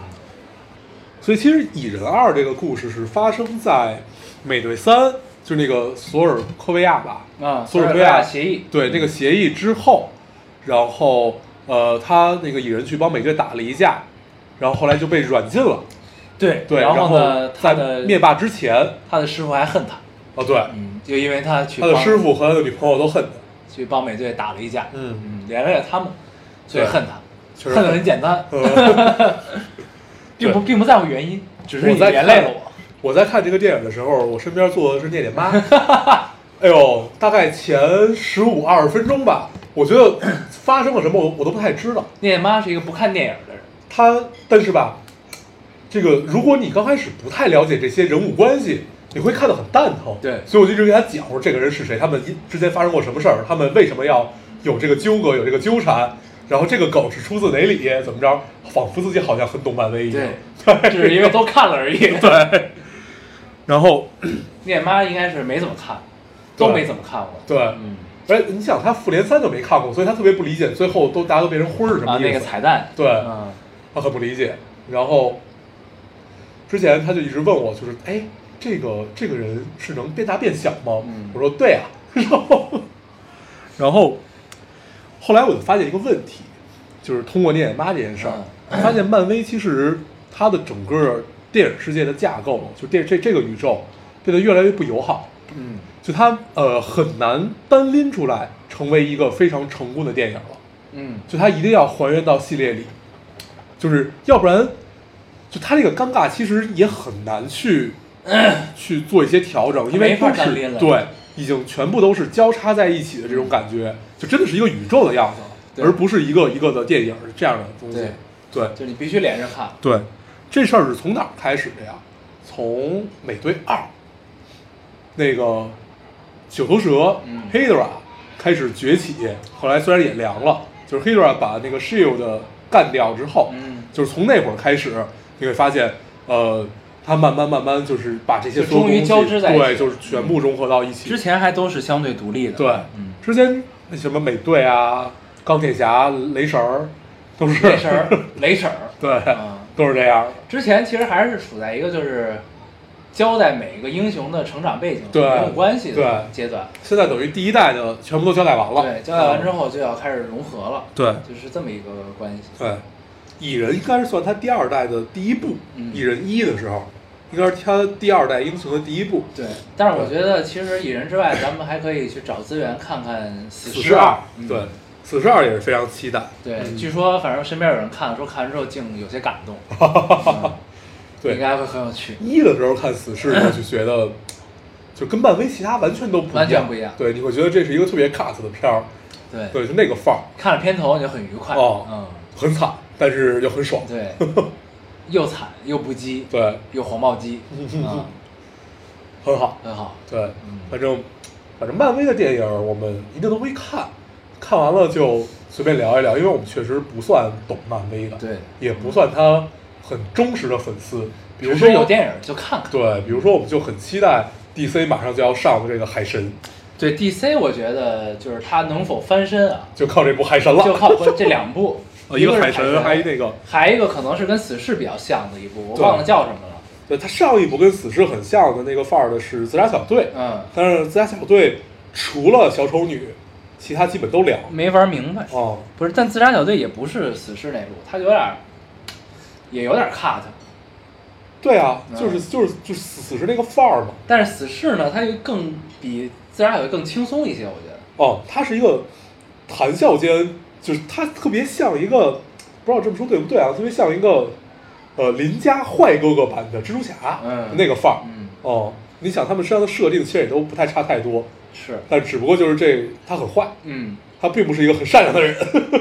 所以其实《蚁人二》这个故事是发生在美队三，就是那个索尔科维亚吧？啊索索尔科科维维亚亚协议对那个协议之后，然后呃，他那个蚁人去帮美队打了一架，然后后来就被软禁了。对对，然然后呢，他在的灭霸之前，他的师傅还恨他，哦对，嗯，就因为他去他的帮师傅和他的女朋友都恨他。去帮美队打了一架，嗯，嗯，连累了他们，所以对恨他，确恨实得很简单， 并不并不在乎原因，只是我你在连累看了我。我在看这个电影的时候，我身边坐的是念 念妈。哎呦，大概前十五二十分钟吧，我觉得发生了什么我我都不太知道。聂妈是一个不看电影的人，他但是吧，这个如果你刚开始不太了解这些人物关系，你会看得很蛋疼。对所以我就一直给他讲，我说这个人是谁，他们一之间发生过什么事儿，他们为什么要有这个纠葛，有这个纠缠，然后这个梗是出自哪里，怎么着，仿佛自己好像很懂漫威一样。对，只是因为都看了而 已。对， 然后念妈应该是没怎么看，都没怎么看过。对，嗯，而且你想他复联三都没看过，所以他特别不理解，最后都大家都变成灰儿是什么啊，意思？那个彩蛋，对嗯，他很不理解。然后之前他就一直问我，就是哎，这个这个人是能变大变小吗？嗯我说对啊。然后然后后来我就发现一个问题，就是通过电影妈这件事儿，嗯发现漫威其实它的整个电影世界的架构，就电这这个宇宙变得越来越不友好。嗯，就它呃很难单拎出来成为一个非常成功的电影了。嗯，就它一定要还原到系列里，就是要不然，就它这个尴尬其实也很难去、 去做一些调整，因为没法都是单拎了对，已经全部都是交叉在一起的这种感觉，就真的是一个宇宙的样子对了，而不是一个一个的电影这样的东西。对就你必须连着看。对，这事儿是从哪儿开始的呀？从美队二，那个九头蛇、嗯 Hydra 开始崛起，后来虽然也凉了，就是 Hydra 把那个 Shield 干掉之后，嗯就是从那会儿开始，你会发现，呃，它慢慢慢慢就是把这些就所有终于东西交织在一起对，就是全部融合到一起。之前还都是相对独立的。 对，嗯，之前那什么美队啊、钢铁侠、雷神儿，都是雷神儿，雷神儿， 对，嗯都是这样的。之前其实还是处在一个就是交代每个英雄的成长背景、对人物关系的对阶段。现在等于第一代的全部都交代完了，对，交代完之后，后就要开始融合了，对就是这么一个关系。对，蚁人应该是算他第二代的第一部，嗯蚁人一的时候，应该是他第二代英雄的第一部，对，但是我觉得其实蚁人之外，咱们还可以去找资源看看《死死侍侍二，嗯对，死侍二也是非常期待，对，嗯据说反正身边有人看了，说看完之后竟有些感 动，嗯对应该会很有趣。一的时候看死侍，我就觉得。就跟漫威其他完全都不一样完全不一样对，你会觉得这是一个特别 cut 的片儿，对，对，就那个范儿看了片头你就很愉快，哦很惨，但是又很爽嗯，， 对，又惨又不羁，对，又黄暴 击，啊，很好，很好，对嗯，反正反正漫威的电影儿我们一定都会看，看完了就随便聊一聊，因为我们确实不算懂漫威的，对，也不算他很忠实的粉丝。比如只说是有电影就看看。对，比如说我们就很期待 DC 马上就要上的这个海神，对 DC，我觉得就是它能否翻身啊，就靠这部海神了，，就靠不这两部 呃一个是海神，还有那个，还一个可能是跟死侍比较像的一部，我对忘了叫什么了。对，他上一部跟死侍很像的那个范儿的是自杀小队，嗯，但是自杀小队除了小丑女，其他基本都聊。没玩明白。哦，不是，但自杀小队也不是死侍那部，它有点儿，也有点儿 cut。对啊，就是嗯就是就是死侍那个范儿嘛。但是死侍呢，它就更比自杀小队更轻松一些，我觉得。哦，它是一个谈笑间，就是它特别像一个，不知道这么说对不对啊？特别像一个呃邻家坏哥哥版的蜘蛛侠，嗯那个范儿。嗯，哦，你想他们身上的设定其实也都不太差太多，是，但只不过就是这他很坏，嗯，他并不是一个很善良的人。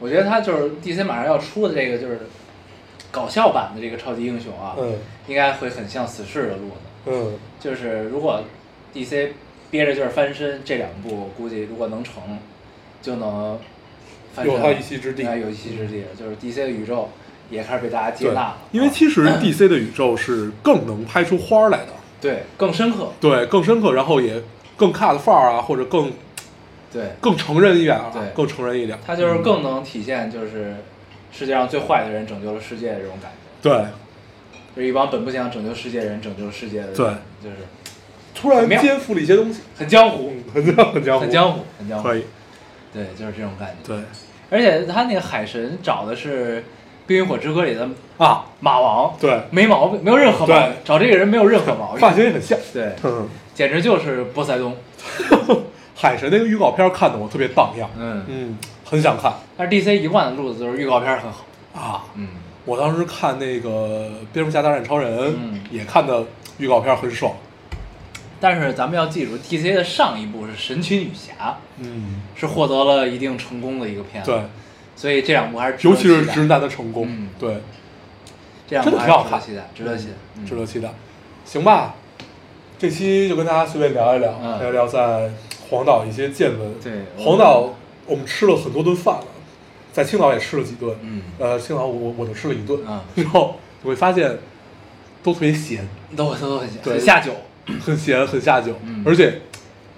我觉得它就是 DC 马上要出的这个就是搞笑版的这个超级英雄啊，嗯应该会很像死侍的路子。嗯，就是如果 DC 憋着劲儿翻身，这两部估计如果能成，就能翻身有了他一席之地哎有一席之地了。就是 DC 的宇宙也开始被大家接对纳了，，因为啊其实 DC 的宇宙是更能拍出花儿来的，对更深刻，对，更深刻，然后也更 cut 范儿啊，或者更对更成人一点啊对，更成人一点。它就是更能体现就是世界上最坏的人拯救了世界的这种感觉，对，就是一帮本不想拯救世界的人拯救世界的人，对就是突然很妙肩负了一些东西，很江湖，很江很嗯江湖，很江湖，很江湖，可以，对，就是这种感觉。对而且他那个海神找的是《冰与火之歌》里的啊，马王，对，没毛病，没有任何毛对病。找这个人没有任何毛发病，型也很像，对，嗯，简直就是波塞冬。海神那个预告片看的我特别荡漾，嗯，嗯，很想看但是 DC 一贯的路子就是预告片很好。啊。嗯，我当时看那个《蝙蝠侠大战超人》嗯也看的预告片很爽，但是咱们要记住，DC 的上一部是《神奇女侠嗯，》，是获得了一定成功的一个片子。对，，所以这两部还是值尤得其是期待直男的成功嗯，对，这两真部的还挺是值好得看，期待，值得期待，嗯值得期待，行吧。这期就跟大家随便聊一聊，嗯聊聊在黄岛一些见闻。对黄岛我们吃了很多顿饭了，在青岛也吃了几顿，嗯呃，青岛我我就吃了一顿，啊 然后你会发现都特别咸，都会都很下对很下酒，很咸，很下酒，嗯而且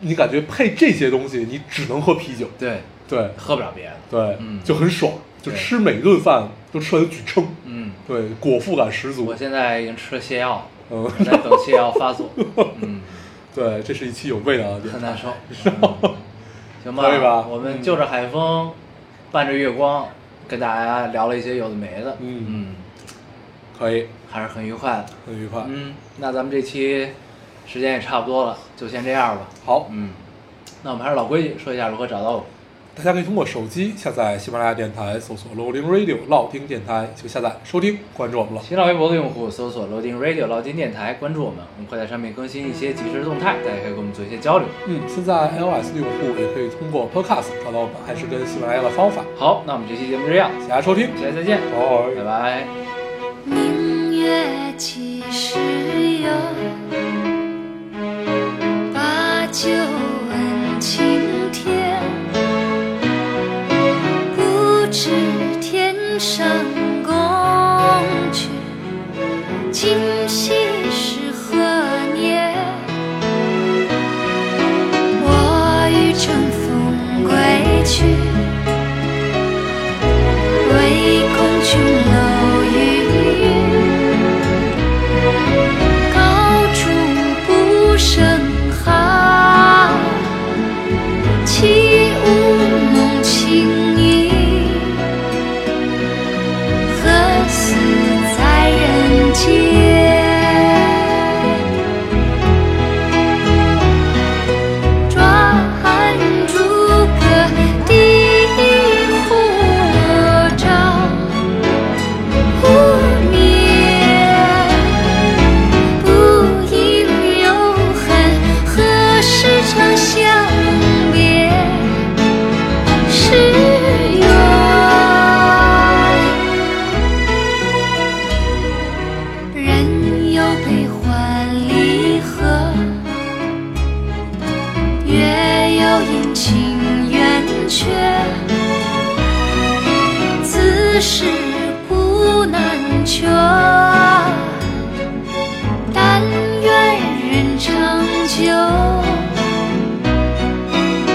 你感觉配这些东西，你只能喝啤酒，对，对喝不了别的，对，嗯就很爽，就对吃每一顿饭都吃完举撑，嗯，对，果腹感十足我，现在已经吃了泻药，嗯，我在等泻药发作，嗯，对，这是一期有味道的电很台难， 受，嗯行吧，可以吧嗯我们就着海风，伴着月光，跟大家聊了一些有的没的，嗯嗯，可以，还是很愉快的，很愉快，嗯，那咱们这期时间也差不多了，就先这样吧，好，嗯，那我们还是老规矩，说一下如何找到我们。大家可以通过手机下载喜马拉雅电台，搜索 Loading Radio 老丁电台就下载收听，关注我们了。新浪微博的用户搜索 Loading Radio 老金电台，关注我们，我们会在上面更新一些即时动态，大家可以跟我们做一些交流。嗯，现在 iOS 的用户也可以通过 Podcast 找到我们，还是跟喜马拉雅的方法。好，那我们这期节目这样，大家收听，下期再见，拜拜拜。明月几时有？把酒问青天。不知天上宫阙，今夕是何年？我欲乘风归去。唯恐琼楼玉宇，高处不胜寒。起舞弄清影，何似在人间？抓住个地火照不灭，不应有恨，何时长相别？是缘。人有悲欢离合。月有阴晴圆缺，此事古难求。但愿人长久，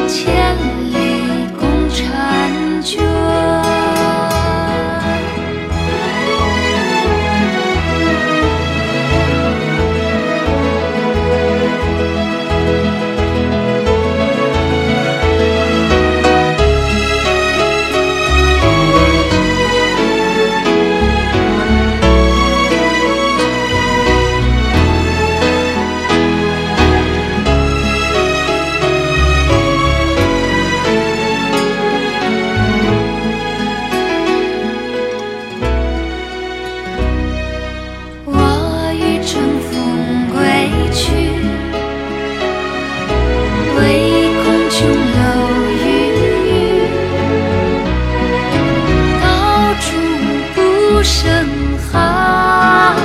千里共婵娟。我欲乘风归去，唯恐琼楼玉宇，高处不胜寒。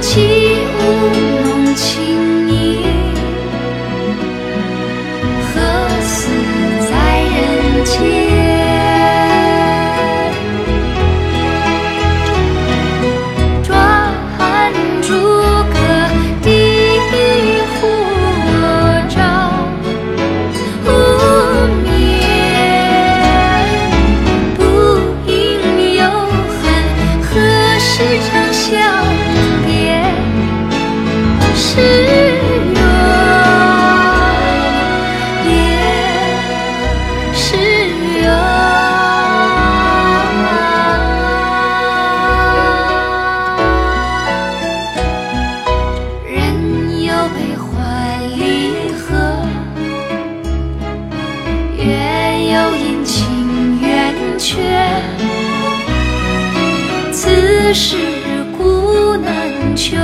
起舞弄清影，何似在人间？抓住个地火照不灭，不应有恨，何时长相别？是缘，也是缘。人有悲欢离合，月有阴晴圆缺。此事古难求。